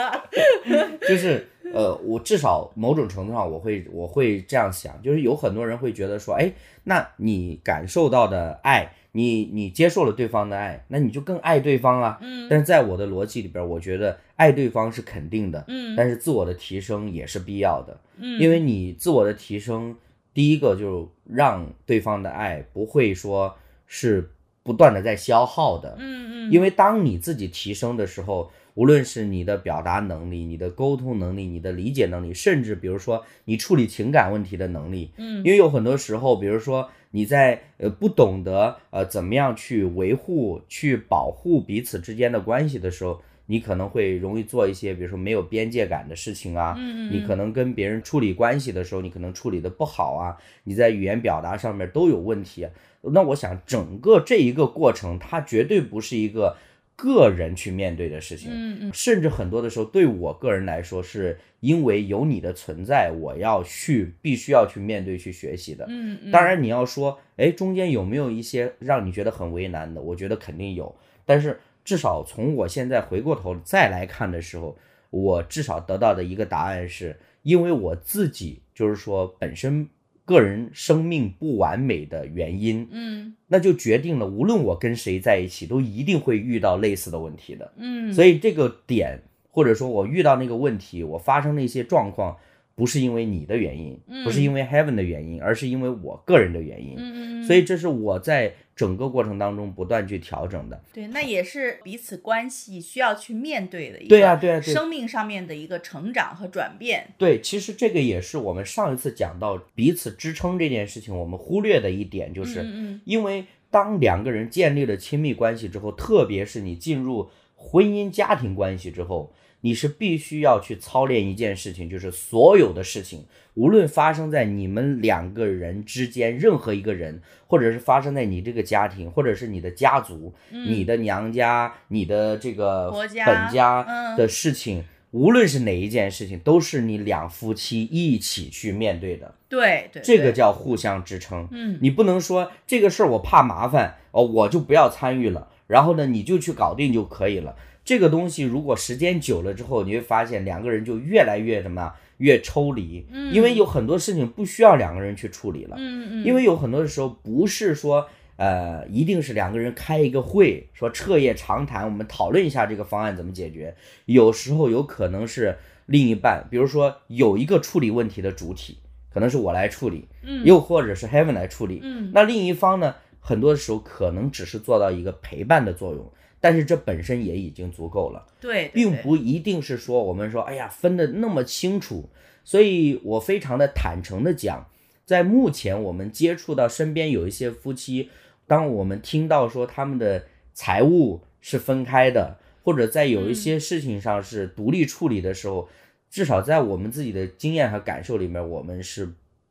Speaker 1: 就是呃，我至少某种程度上我会我会这样想，就是有很多人会觉得说，哎，那你感受到的爱，你你接受了对方的爱，那你就更爱对方啊。
Speaker 2: 嗯
Speaker 1: 但是在我的逻辑里边，我觉得爱对方是肯定的，
Speaker 2: 嗯
Speaker 1: 但是自我的提升也是必要的。
Speaker 2: 嗯，
Speaker 1: 因为你自我的提升，第一个就是让对方的爱不会说是不断的在消耗的，
Speaker 2: 嗯嗯，
Speaker 1: 因
Speaker 2: 为
Speaker 1: 为当你自己提升的时候，无论是你的表达能力、你的沟通能力、你的理解能力，甚至比如说你处理情感问题的能力，
Speaker 2: 嗯
Speaker 1: 因为有很多时候，比如说你在呃不懂得呃怎么样去维护、去保护彼此之间的关系的时候，你可能会容易做一些比如说没有边界感的事情啊，
Speaker 2: 嗯
Speaker 1: 你可能跟别人处理关系的时候，你可能处理的不好啊，你在语言表达上面都有问题。那我想，整个这一个过程，它绝对不是一个个人去面对的事情，
Speaker 2: 嗯嗯
Speaker 1: 甚至很多的时候，对我个人来说，是因为有你的存在，我要去必须要去面对、去学习的。
Speaker 2: 嗯嗯，
Speaker 1: 当然，你要说，哎，中间有没有一些让你觉得很为难的？我觉得肯定有，但是至少从我现在回过头再来看的时候，我至少得到的一个答案是，因为我自己就是说本身个人生命不完美的原因，
Speaker 2: 嗯
Speaker 1: 那就决定了无论我跟谁在一起，都一定会遇到类似的问题的。
Speaker 2: 嗯，
Speaker 1: 所
Speaker 2: 以
Speaker 1: 以这个点，或者说我遇到那个问题，我发生的一些状况，不是因为你的原因，不是
Speaker 2: 嗯
Speaker 1: 因为 Heaven 的原因，而是因为我个人的原因。
Speaker 2: 嗯嗯，
Speaker 1: 所以这是我在整个过程当中不断去调整的。
Speaker 2: 对，那也是彼此关系需要去面对的一个
Speaker 1: 对啊呀，对呀，对
Speaker 2: 生命上面的一个成长和转变。
Speaker 1: 对，其实这个也是我们上一次讲到彼此支撑这件事情，我们忽略的一点，就是
Speaker 2: 嗯
Speaker 1: 因为当两个人建立了亲密关系之后，特别是你进入婚姻家庭关系之后，你是必须要去操练一件事情，就是所有的事情，无论发生在你们两个人之间，任何一个人，或者是发生在你这个家庭，或者是你的家族、
Speaker 2: 嗯
Speaker 1: 你的娘家、你的这个
Speaker 2: 婆家
Speaker 1: 本家
Speaker 2: 嗯
Speaker 1: 的事情。无论是哪一件事情，都是你两夫妻一起去面对的
Speaker 2: 嗯，，对对，
Speaker 1: 这个
Speaker 2: 对
Speaker 1: 叫互相支撑。
Speaker 2: 嗯
Speaker 1: 你不能说这个事儿我怕麻烦哦，我就不要参与了，然后呢你就去搞定就可以了。这个东西如果时间久了之后，你会发现两个人就越来越什么啊越抽离，
Speaker 2: 嗯
Speaker 1: 因为有很多事情不需要两个人去处理了，
Speaker 2: 嗯嗯，
Speaker 1: 因为有很多的时候不是说。呃，一定是两个人开一个会，说彻夜长谈，我们讨论一下这个方案怎么解决。有时候有可能是另一半，比如说有一个处理问题的主体，可能是我来处理，
Speaker 2: 嗯
Speaker 1: 又或者是 Heaven 来处理，
Speaker 2: 嗯
Speaker 1: 那另一方呢，很多时候可能只是做到一个陪伴的作用，但是这本身也已经足够了，
Speaker 2: 对，对
Speaker 1: 并
Speaker 2: 对
Speaker 1: 不一定是说我们说，哎呀，分得那么清楚。所以我非常的坦诚的讲，在目前我们接触到身边有一些夫妻，当我们听到说他们的财务是分开的，或者在有一
Speaker 2: 嗯
Speaker 1: 些事情上是独立处理的时候，至少在我们自己的经验和感受里面，我们是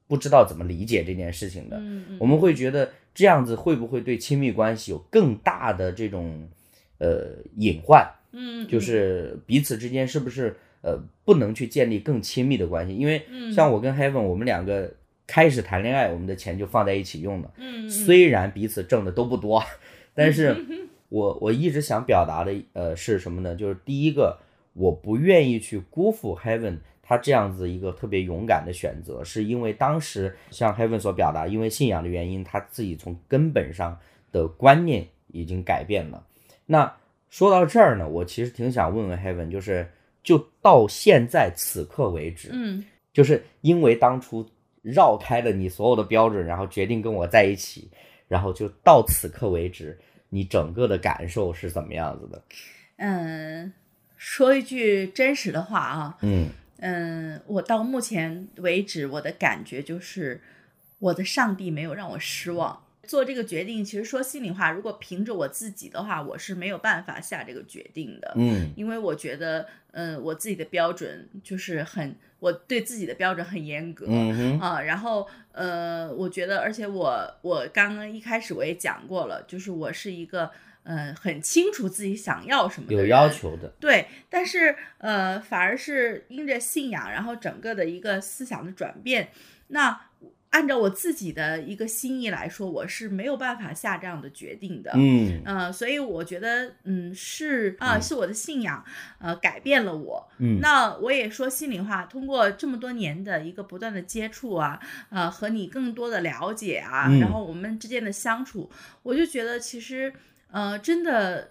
Speaker 1: 不知道怎么理解这件事情的。
Speaker 2: 嗯嗯
Speaker 1: 我们会觉得这样子会不会对亲密关系有更大的这种呃隐患？
Speaker 2: 嗯
Speaker 1: 就
Speaker 2: 嗯
Speaker 1: 是彼此之间是不是呃不能去建立更亲密的关系，因为
Speaker 2: 嗯
Speaker 1: 像我跟 Heaven 我们两个开始谈恋爱，我们的钱就放在一起用了，
Speaker 2: 嗯，嗯
Speaker 1: 虽然彼此挣的都不多， 但 是我我一直想表达的呃是什么呢？就是第一个，我不愿意去辜负 Heaven 他这样子一个特别勇敢的选择，是因为当时像 Heaven 所表达，因为信仰的原因，他自己从根本上的观念已经改变了。那说到这儿呢，我其实挺想问问 Heaven，就是就到现在此刻为止，
Speaker 2: 嗯
Speaker 1: 就是因为当初绕开了你所有的标准，然后决定跟我在一起，然后就到此刻为止，你整个的感受是怎么样子的？
Speaker 2: 嗯，说一句真实的话啊，
Speaker 1: 嗯
Speaker 2: 嗯，我到目前为止，我的感觉就是，我的上帝没有让我失望。做这个决定，其实说心里话，如果凭着我自己的话，我是没有办法下这个决定的，
Speaker 1: 嗯
Speaker 2: 因为我觉得，嗯，我自己的标准就是很，我对自己的标准很严格，
Speaker 1: 嗯哼
Speaker 2: 啊，然后呃，我觉得，而且我我刚刚一开始我也讲过了，就是我是一个呃很清楚自己想要什么的
Speaker 1: 有
Speaker 2: 人
Speaker 1: 要，求的，
Speaker 2: 对，但是呃反而是因着信仰，然后整个的一个思想的转变，那按照我自己的一个心意来说，我是没有办法下这样的决定的，
Speaker 1: 嗯
Speaker 2: 呃，所以我觉得，嗯，是啊、是我的信仰，呃，改变了我。
Speaker 1: 嗯
Speaker 2: 那我也说心里话，通过这么多年的一个不断的接触啊，呃，和你更多的了解啊，
Speaker 1: 嗯
Speaker 2: 然后我们之间的相处，我就觉得其实，呃，真的，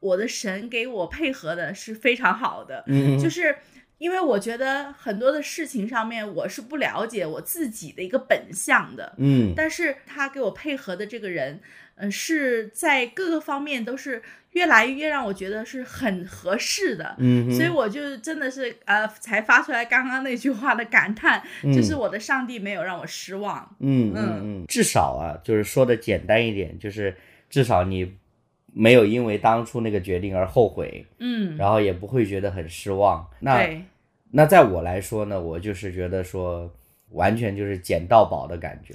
Speaker 2: 我的神给我配合的是非常好的，
Speaker 1: 嗯，
Speaker 2: 就是是因为我觉得很多的事情上面我是不了解我自己的一个本相的，
Speaker 1: 嗯
Speaker 2: 但是他给我配合的这个人，嗯，是在各个方面都是越来越让我觉得是很合适的。
Speaker 1: 嗯哼，
Speaker 2: 所以我就真的是呃，才发出来刚刚那句话的感叹，就是
Speaker 1: 嗯
Speaker 2: 我的上帝没有让我失望。
Speaker 1: 嗯嗯嗯，至少啊，就是说的简单一点，就是至少你没有因为当初那个决定而后悔，
Speaker 2: 嗯，
Speaker 1: 然后也不会觉得很失望。那
Speaker 2: 对，
Speaker 1: 那在我来说呢，我就是觉得说，完全就是捡到宝的感觉。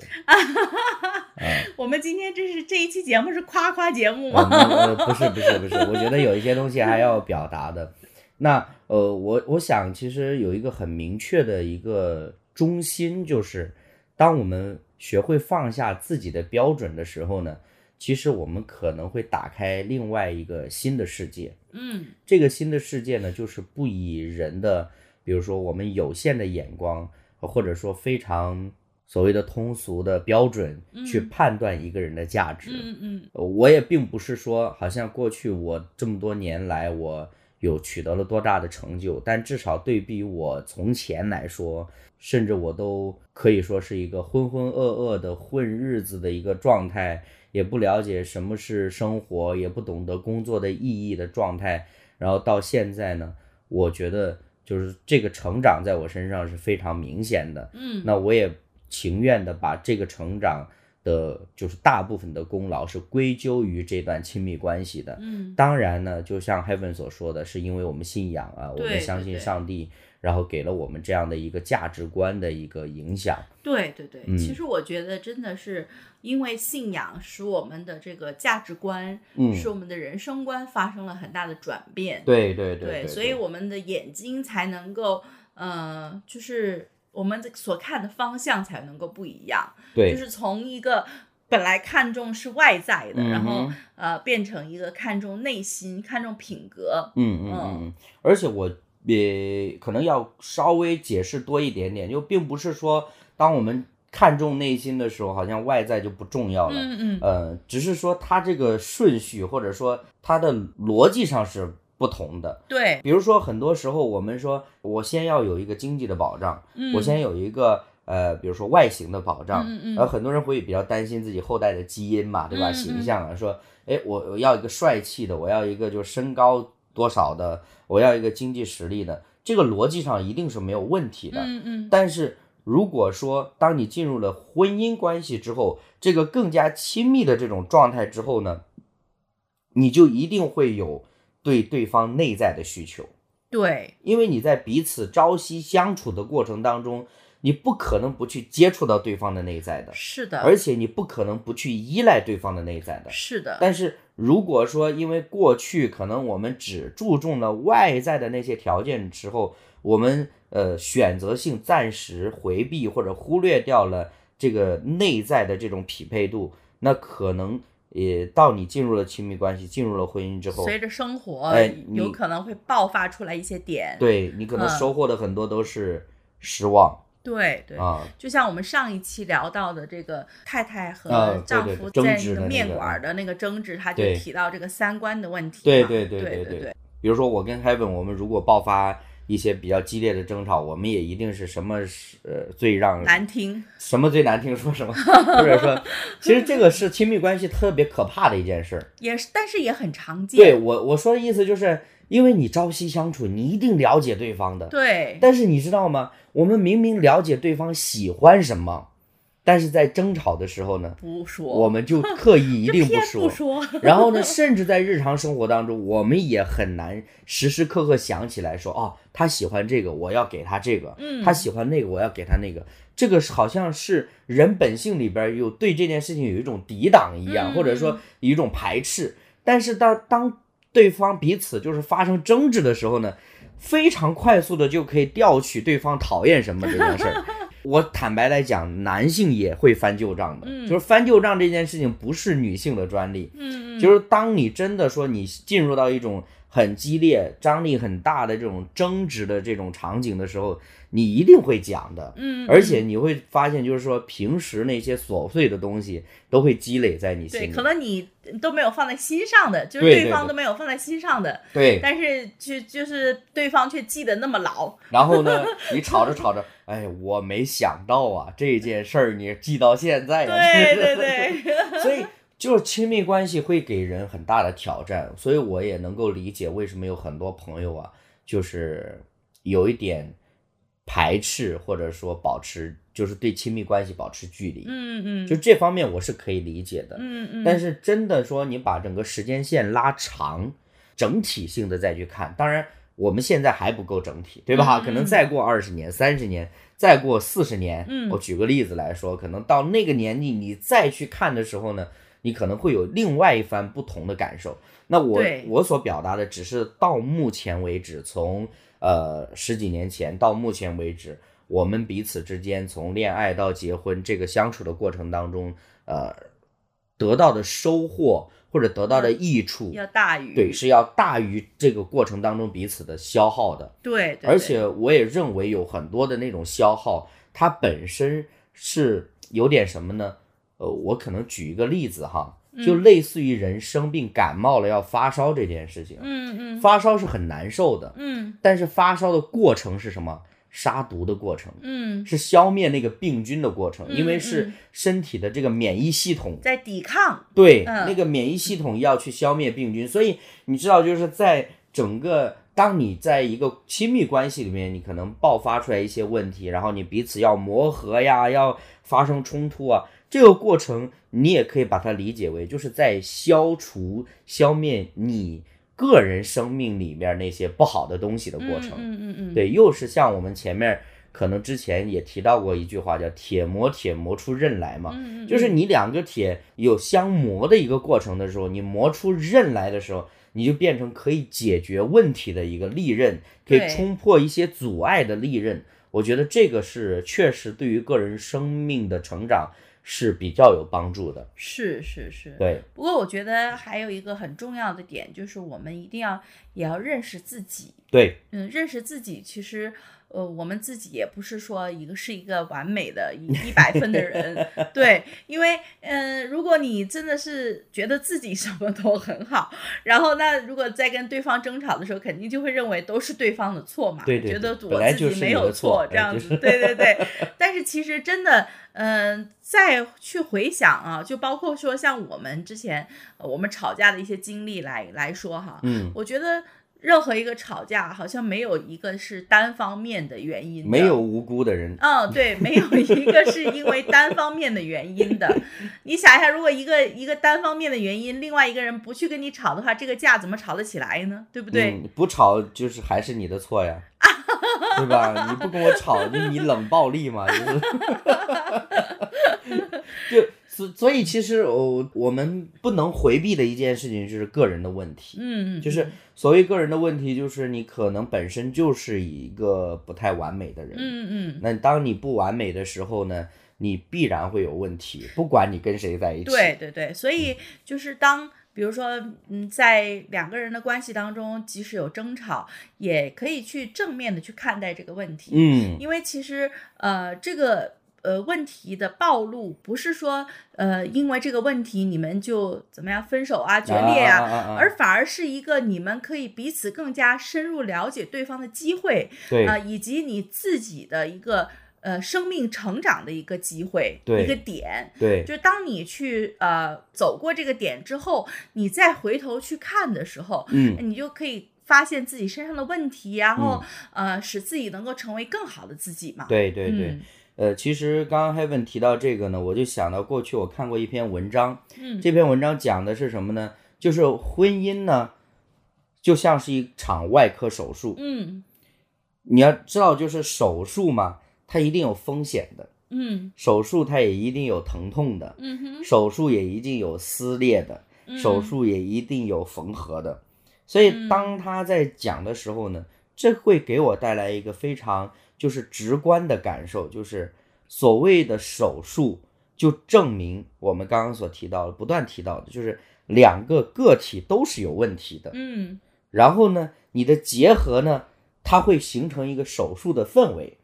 Speaker 2: 我们今天这是这一期节目是夸夸节目
Speaker 1: 呃
Speaker 2: 吗？
Speaker 1: 那呃不是不是不是，我觉得有一些东西还要表达的。那呃，我我想其实有一个很明确的一个中心，就是当我们学会放下自己的标准的时候呢，其实我们可能会打开另外一个新的世界。
Speaker 2: 嗯
Speaker 1: 这个新的世界呢，就是不以人的，比如说我们有限的眼光，或者说非常所谓的通俗的标准
Speaker 2: 嗯
Speaker 1: 去判断一个人的价值。
Speaker 2: 嗯嗯
Speaker 1: 呃我也并不是说，好像过去我这么多年来我有取得了多大的成就，但至少对比我从前来说，甚至我都可以说是一个浑浑噩噩的混日子的一个状态，也不了解什么是生活，也不懂得工作的意义的状态。然后到现在呢，我觉得就是这个成长在我身上是非常明显的。
Speaker 2: 嗯，
Speaker 1: 那我也情愿的把这个成长的，就是大部分的功劳是归咎于这段亲密关系的。
Speaker 2: 嗯
Speaker 1: 当然呢，就像 Heaven 所说的，是因为我们信仰啊，我
Speaker 2: 对
Speaker 1: 们相
Speaker 2: 对
Speaker 1: 信
Speaker 2: 对
Speaker 1: 上帝，然后给了我们这样的一个价值观的一个影响。
Speaker 2: 对对对，
Speaker 1: 嗯
Speaker 2: 其实我觉得真的是因为信仰使我们的这个价值观，
Speaker 1: 嗯
Speaker 2: 使我们的人生观发生了很大的转变。
Speaker 1: 对对
Speaker 2: 对所以我们的眼睛才能够，呃，就是我们这所看的方向才能够不一样，就
Speaker 1: 对
Speaker 2: 是从一个。本来看重是外在的，
Speaker 1: 嗯哼
Speaker 2: 然后呃变成一个看重内心、看重品格。
Speaker 1: 嗯嗯嗯嗯，而且我也可能要稍微解释多一点点，就并不是说当我们看重内心的时候，好像外在就不重要了。
Speaker 2: 嗯嗯，
Speaker 1: 呃，只是说它这个顺序或者说它的逻辑上是不同的。
Speaker 2: 对，
Speaker 1: 比如说，很多时候我们说，我先要有一个经济的保障，
Speaker 2: 嗯，
Speaker 1: 我先有一个呃，比如说外形的保障。
Speaker 2: 嗯嗯
Speaker 1: 然后很多人会比较担心自己后代的基因嘛，对吧？
Speaker 2: 嗯嗯
Speaker 1: 形象啊，说，哎，我我要一个帅气的，我要一个就是身高多少的，我要一个经济实力的，这个逻辑上一定是没有问题的。
Speaker 2: 嗯嗯，
Speaker 1: 但是如果说当你进入了婚姻关系之后，这个更加亲密的这种状态之后呢，你就一定会有对对方内在的需求，
Speaker 2: 对，
Speaker 1: 因为你在彼此朝夕相处的过程当中，你不可能不去接触到对方的内在的，
Speaker 2: 是的，
Speaker 1: 而且你不可能不去依赖对方的内在的。
Speaker 2: 是的，
Speaker 1: 但是如果说因为过去可能我们只注重了外在的那些条件之后，我们呃选择性暂时回避或者忽略掉了这个内在的这种匹配度，那可能也到你进入了亲密关系、进入了婚姻之后，
Speaker 2: 随着生活，
Speaker 1: 哎
Speaker 2: 有
Speaker 1: 你
Speaker 2: 可能会爆发出来一些点。
Speaker 1: 对你可能
Speaker 2: 嗯
Speaker 1: 收获的很多都是失望
Speaker 2: 对对
Speaker 1: 啊，
Speaker 2: 就像我们上一期聊到的这个太太
Speaker 1: 啊
Speaker 2: 和
Speaker 1: 对
Speaker 2: 丈
Speaker 1: 对
Speaker 2: 夫
Speaker 1: 对
Speaker 2: 在
Speaker 1: 争执的
Speaker 2: 那个
Speaker 1: 那
Speaker 2: 面
Speaker 1: 个嗯
Speaker 2: 馆儿的那个争执，他就
Speaker 1: 对
Speaker 2: 提到这个三观的问题嘛。
Speaker 1: 对对对
Speaker 2: 对
Speaker 1: 对对比如说我跟 Kevin，我们如果爆发一些比较激烈的争吵，我们也一定是什么是呃最让
Speaker 2: 难听。
Speaker 1: 什么最难听说什么， 或者说，其实这个是亲密关系特别可怕的一件事 儿。
Speaker 2: 也是，但是也很常见。
Speaker 1: 对我我说的意思就是，因为你朝夕相处，你一定了解对方的。
Speaker 2: 对
Speaker 1: 但是你知道吗？我们明明了解对方喜欢什么，但是在争吵的时候呢，
Speaker 2: 不说，
Speaker 1: 我们 就刻意一
Speaker 2: 就
Speaker 1: 定
Speaker 2: 偏
Speaker 1: 说。
Speaker 2: 说。
Speaker 1: 然后呢，甚至在日常生活当中，我们也很难时时刻刻想起来说，哦，他喜欢这个，我要给他这个；
Speaker 2: 嗯
Speaker 1: 他喜欢那个，我要给他那个。这个是好像是人本性里边有对这件事情有一种抵挡一样，
Speaker 2: 嗯
Speaker 1: 或者说有一种排斥。但是当当对方彼此就是发生争执的时候呢，非常快速的就可以调取对方讨厌什么这件事 儿。我坦白来讲，男性也会翻旧账的，
Speaker 2: 嗯
Speaker 1: 就是翻旧账这件事情不是女性的专利，
Speaker 2: 嗯嗯，
Speaker 1: 就是当你真的说你进入到一种很激烈、张力很大的这种争执的这种场景的时候，你一定会讲的。
Speaker 2: 嗯，
Speaker 1: 而且你会发现，就是说平时那些琐碎的东西都会积累在你心
Speaker 2: 对，
Speaker 1: 里
Speaker 2: 可。能你都没有放在心上的，就是
Speaker 1: 对对
Speaker 2: 方
Speaker 1: 对
Speaker 2: 都没有放在心上的，
Speaker 1: 对，
Speaker 2: 但是就就是对方却记得那么牢。
Speaker 1: 然后呢，你吵着吵着，哎，我没想到啊，这件事儿你记到现在哎呀、
Speaker 2: 对对对，
Speaker 1: 所以就是亲密关系会给人很大的挑战，所以我也能够理解为什么有很多朋友啊，就是有一点排斥，或者说保持就是对亲密关系保持距离，
Speaker 2: 嗯嗯，
Speaker 1: 就这方面我是可以理解的。
Speaker 2: 嗯嗯，
Speaker 1: 但是真的说你把整个时间线拉长，整体性的再去看，当然我们现在还不够整体，对吧？
Speaker 2: 嗯嗯
Speaker 1: 可能再过二十年、三十年，再过四十年，
Speaker 2: 嗯
Speaker 1: 我举个例子来说，可能到那个年纪你再去看的时候呢，你可能会有另外一番不同的感受。那我
Speaker 2: 对
Speaker 1: 我所表达的只是到目前为止，从呃十几年前到目前为止，我们彼此之间从恋爱到结婚这个相处的过程当中，呃，得到的收获或者得到的益处，
Speaker 2: 嗯要大于
Speaker 1: 对，是要大于这个过程当中彼此的消耗的。
Speaker 2: 对，对
Speaker 1: 而且我也认为有很多的那种消耗，它本身是有点什么呢？呃，我可能举一个例子哈，
Speaker 2: 嗯
Speaker 1: 就类似于人生病感冒了要发烧这件事情，
Speaker 2: 嗯嗯
Speaker 1: 发烧是很难受的，
Speaker 2: 嗯
Speaker 1: 但是发烧的过程是什么？杀毒的过程。
Speaker 2: 嗯，
Speaker 1: 是消灭那个病菌的过程，因为
Speaker 2: 嗯
Speaker 1: 是
Speaker 2: 嗯
Speaker 1: 身体的这个免疫系统
Speaker 2: 在抵抗，
Speaker 1: 对，
Speaker 2: 嗯
Speaker 1: 那个免疫系统要去消灭病菌，所以你知道，就是在整个当你在一个亲密关系里面，你可能爆发出来一些问题，然后你彼此要磨合呀，要发生冲突啊，这个过程你也可以把它理解为就是在消除、消灭你个人生命里面那些不好的东西的过程。
Speaker 2: 嗯嗯嗯，嗯，
Speaker 1: 对，又是像我们前面可能之前也提到过一句话，叫“铁磨铁磨出刃来”嘛。
Speaker 2: 嗯嗯，
Speaker 1: 就是
Speaker 2: 嗯
Speaker 1: 你两个铁有相磨的一个过程的时候，你磨出刃来的时候，你就变成可以解决问题的一个利刃，可
Speaker 2: 对
Speaker 1: 以冲破一些阻碍的利刃。我觉得这个是确实对于个人生命的成长是比较有帮助的。
Speaker 2: 是是是，
Speaker 1: 对，
Speaker 2: 不过我觉得还有一个很重要的点，就是我们一定要也要认识自己。
Speaker 1: 对，
Speaker 2: 嗯，认识自己，其实呃，我们自己也不是说一个是一个完美的一一百分 的人，对，因为嗯、呃如果你真的是觉得自己什么都很好，然后那如果在跟对方争吵的时候，肯定就会认为都是对方的错嘛，
Speaker 1: 对对
Speaker 2: 觉
Speaker 1: 对
Speaker 2: 得
Speaker 1: 本来
Speaker 2: 我
Speaker 1: 就
Speaker 2: 自己
Speaker 1: 是
Speaker 2: 没
Speaker 1: 你
Speaker 2: 有
Speaker 1: 的错
Speaker 2: 这样
Speaker 1: 哎就
Speaker 2: 子，
Speaker 1: 是
Speaker 2: 对对对。但是其实真的，嗯、再去回想啊，就包括说像我们之前、呃我们吵架的一些经历来来说哈，
Speaker 1: 嗯，
Speaker 2: 我觉得任何一个吵架，好像没有一个是单方面的原因的
Speaker 1: 没有。无辜的人。
Speaker 2: 嗯，对，没有一个是因为单方面的原因的。 你想一下，如果一个一个单方面的原因，另外一个人不去跟你吵的话，这个架怎么吵得起来呢？对不对？
Speaker 1: 嗯，不吵就是还是你的错呀，对吧？ 你不跟我吵，你你冷暴力嘛，就是，就所所以其实我我们不能回避的一件事情就是个人的问题，
Speaker 2: 嗯，
Speaker 1: 就是所谓个人的问题，就是你可能本身就是一个不太完美的人，
Speaker 2: 嗯嗯，
Speaker 1: 那当你不完美的时候呢，你必然会有问题，不管你跟谁在一起。
Speaker 2: 对对对，所
Speaker 1: 嗯
Speaker 2: 以就是当。比如说，嗯，在两个人的关系当中，即使有争吵，也可以去正面的去看待这个问题。
Speaker 1: 嗯，
Speaker 2: 因为其实呃，这个呃问题的暴露，不是说呃因为这个问题你们就怎么样分手啊、决裂
Speaker 1: 啊
Speaker 2: 啊，
Speaker 1: 啊啊啊
Speaker 2: 而反而是一个你们可以彼此更加深入了解对方的机会
Speaker 1: 对
Speaker 2: 啊、呃以及你自己的一个呃生命成长的一个机会，
Speaker 1: 对
Speaker 2: 一个点。
Speaker 1: 对
Speaker 2: 就是当你去呃走过这个点之后，你再回头去看的时候，
Speaker 1: 嗯
Speaker 2: 你就可以发现自己身上的问题，然后、呃使自己能够成为更好的自己嘛。
Speaker 1: 嗯对对对，
Speaker 2: 嗯
Speaker 1: 呃，其实刚刚 Heaven 提到这个呢，我就想到过去我看过一篇文章，
Speaker 2: 嗯
Speaker 1: 这篇文章讲的是什么呢？就是婚姻呢，就像是一场外科手术，
Speaker 2: 嗯
Speaker 1: 你要知道，就是手术嘛，它一定有风险的，
Speaker 2: 嗯
Speaker 1: 手术它也一定有疼痛的，
Speaker 2: 嗯哼
Speaker 1: 手术也一定有撕裂的，
Speaker 2: 嗯
Speaker 1: 手术也一定有缝合的。所以当他在讲的时候呢，这会给我带来一个非常就是直观的感受，就是所谓的手术，就证明我们刚刚所提到的、不断提到的，就是两个个体都是有问题的。
Speaker 2: 嗯
Speaker 1: 然后呢，你的结合呢，它会形成一个手术的氛围。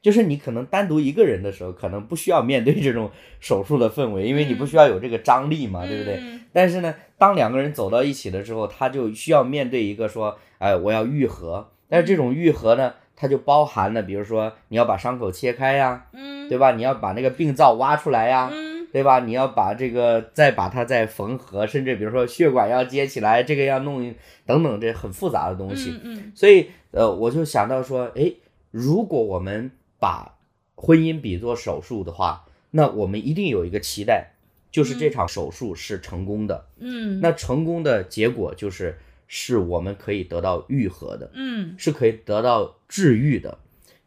Speaker 1: 就是你可能单独一个人的时候，可能不需要面对这种手术的氛围，因为你不需要有这个张力嘛，啊对不对？
Speaker 2: 嗯
Speaker 1: 但是呢，当两个人走到一起的时候，他就需要面对一个说，哎，我要愈合。但是这种愈合呢，它就包含了，比如说你要把伤口切开呀，
Speaker 2: 嗯
Speaker 1: 对吧？你要把那个病灶挖出来呀，
Speaker 2: 嗯
Speaker 1: 对吧？你要把这个再把它再缝合，甚至比如说血管要接起来，这个要弄等等，这很复杂的东西。
Speaker 2: 嗯嗯
Speaker 1: 所以呃，我就想到说，诶，如果我们把婚姻比作手术的话，那我们一定有一个期待，就是这场手术是成功的。
Speaker 2: 嗯
Speaker 1: 那成功的结果就是，是我们可以得到愈合的，
Speaker 2: 嗯
Speaker 1: 是可以得到治愈的。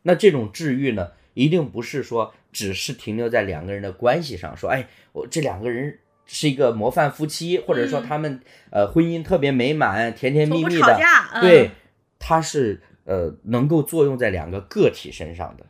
Speaker 1: 那这种治愈呢，一定不是说只是停留在两个人的关系上，说，哎，我这两个人。是一个模范夫妻，或者说
Speaker 2: 嗯
Speaker 1: 他们、呃婚姻特别美满，甜甜
Speaker 2: 从
Speaker 1: 蜜
Speaker 2: 不
Speaker 1: 蜜的，
Speaker 2: 吵架，嗯
Speaker 1: 对，它是呃能够作用在两个个体身上的，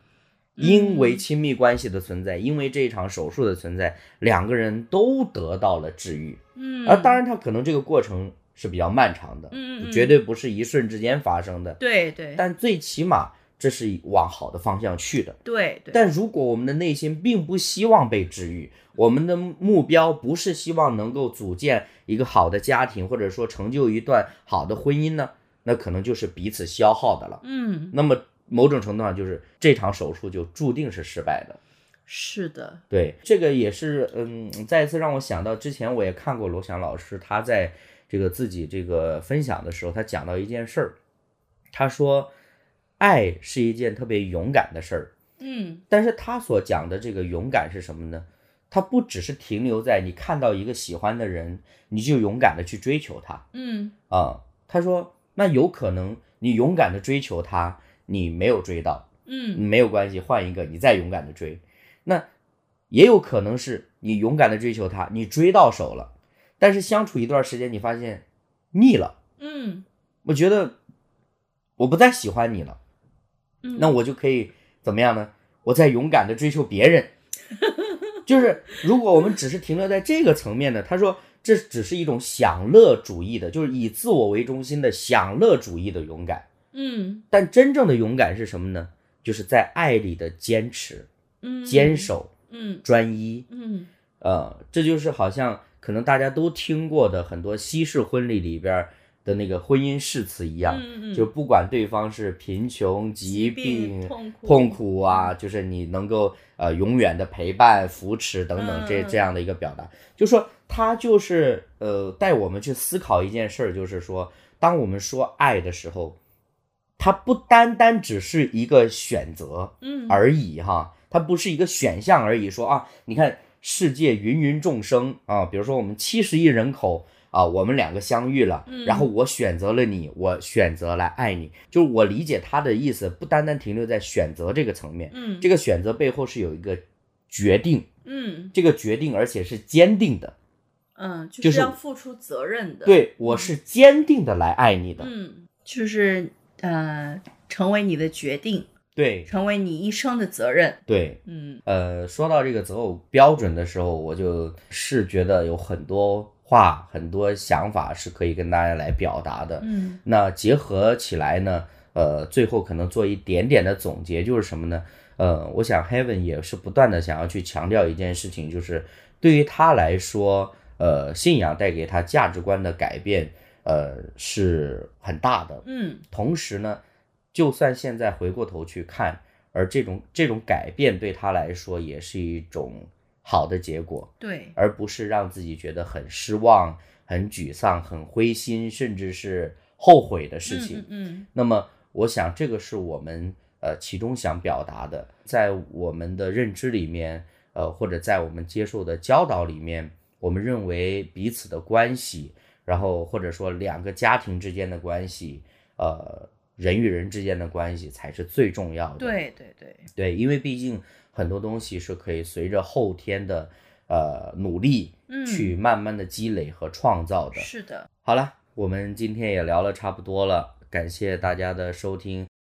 Speaker 1: 因为
Speaker 2: 嗯
Speaker 1: 亲密关系的存在，因为这一场手术的存在，两个人都得到了治愈。
Speaker 2: 嗯
Speaker 1: 而当然，它可能这个过程是比较漫长的，
Speaker 2: 嗯嗯嗯
Speaker 1: 绝对不是一瞬之间发生的，
Speaker 2: 对对
Speaker 1: 但最起码这是往好的方向去的。
Speaker 2: 对对，
Speaker 1: 但如果我们的内心并不希望被治愈，我们的目标不是希望能够组建一个好的家庭，或者说成就一段好的婚姻呢，那可能就是彼此消耗的了。
Speaker 2: 嗯
Speaker 1: 那么某种程度上，就是这场手术就注定是失败的。
Speaker 2: 是的，
Speaker 1: 对，这个也是，嗯，再一次让我想到之前我也看过罗翔老师，他在这个自己这个分享的时候，他讲到一件事儿，他说，爱是一件特别勇敢的事儿。
Speaker 2: 嗯
Speaker 1: 但是他所讲的这个勇敢是什么呢？他不只是停留在你看到一个喜欢的人，你就勇敢的去追求他
Speaker 2: 嗯
Speaker 1: 啊、他说，那有可能你勇敢的追求他，你没有追到，
Speaker 2: 嗯
Speaker 1: 没有关系，换一个，你再勇敢的追。那也有可能是你勇敢的追求他，你追到手了，但是相处一段时间，你发现腻了，
Speaker 2: 嗯
Speaker 1: 我觉得我不再喜欢你了。
Speaker 2: 嗯，
Speaker 1: 那我就可以怎么样呢？我再勇敢的追求别人。就是如果我们只是停留在这个层面呢，他说这只是一种享乐主义的，就是以自我为中心的享乐主义的勇敢。
Speaker 2: 嗯
Speaker 1: 但真正的勇敢是什么呢？就是在爱里的坚持、
Speaker 2: 嗯
Speaker 1: 坚，守、
Speaker 2: 嗯
Speaker 1: 专一。
Speaker 2: 嗯
Speaker 1: 呃，这就是好像可能大家都听过的很多西式婚礼里边儿的那个婚姻誓词一样，
Speaker 2: 嗯嗯，
Speaker 1: 就不管对方是贫穷、疾
Speaker 2: 病、痛苦、
Speaker 1: 痛苦啊，就是你能够呃永远的陪伴、扶持等等这
Speaker 2: 嗯嗯
Speaker 1: 这样的一个表达，就说它就是呃带我们去思考一件事儿，就是说，当我们说爱的时候，它不单单只是一个选择
Speaker 2: 嗯，
Speaker 1: 而已哈，它不是一个选项而已。说啊，你看世界芸芸众生啊，比如说我们七十亿人口。啊，我们两个相遇了，
Speaker 2: 嗯
Speaker 1: 然后我选择了你，我选择来爱你，就是我理解他的意思，不单单停留在选择这个层面，
Speaker 2: 嗯
Speaker 1: 这个选择背后是有一个决定，
Speaker 2: 嗯
Speaker 1: 这个决定而且是坚定的，
Speaker 2: 嗯，就
Speaker 1: 就是是
Speaker 2: 要付出责任的。，
Speaker 1: 对我是坚定的来爱你的，
Speaker 2: 嗯，就是呃，成为你的决定，
Speaker 1: 对
Speaker 2: 成为你一生的责任。
Speaker 1: 对。
Speaker 2: 嗯
Speaker 1: 呃，说到这个择偶标准的时候，我就是觉得有很多话、很多想法是可以跟大家来表达的。
Speaker 2: 嗯
Speaker 1: 那结合起来呢，呃，最后可能做一点点的总结，就是什么呢？呃，我想 Heaven 也是不断的想要去强调一件事情，就是对于他来说，呃，信仰带给他价值观的改变，呃，是很大的。
Speaker 2: 嗯
Speaker 1: 同时呢，就算现在回过头去看，而这种这种改变对他来说也是一种好的结果，
Speaker 2: 对，
Speaker 1: 而不是让自己觉得很失望、很沮丧、很灰心，甚至是后悔的事情。
Speaker 2: 嗯嗯
Speaker 1: 那么，我想这个是我们呃其中想表达的，在我们的认知里面，呃，或者在我们接受的教导里面，我们认为彼此的关系，然后或者说两个家庭之间的关系，呃，人与人之间的关系才是最重要的。
Speaker 2: 嗯，对对对，
Speaker 1: 对，因为毕竟很多东西是可以随着后天的呃努力
Speaker 2: 嗯
Speaker 1: 去慢慢的积累和创造的。
Speaker 2: 是的，
Speaker 1: 好了，我们今天也聊了差不多了，感谢大家的收听。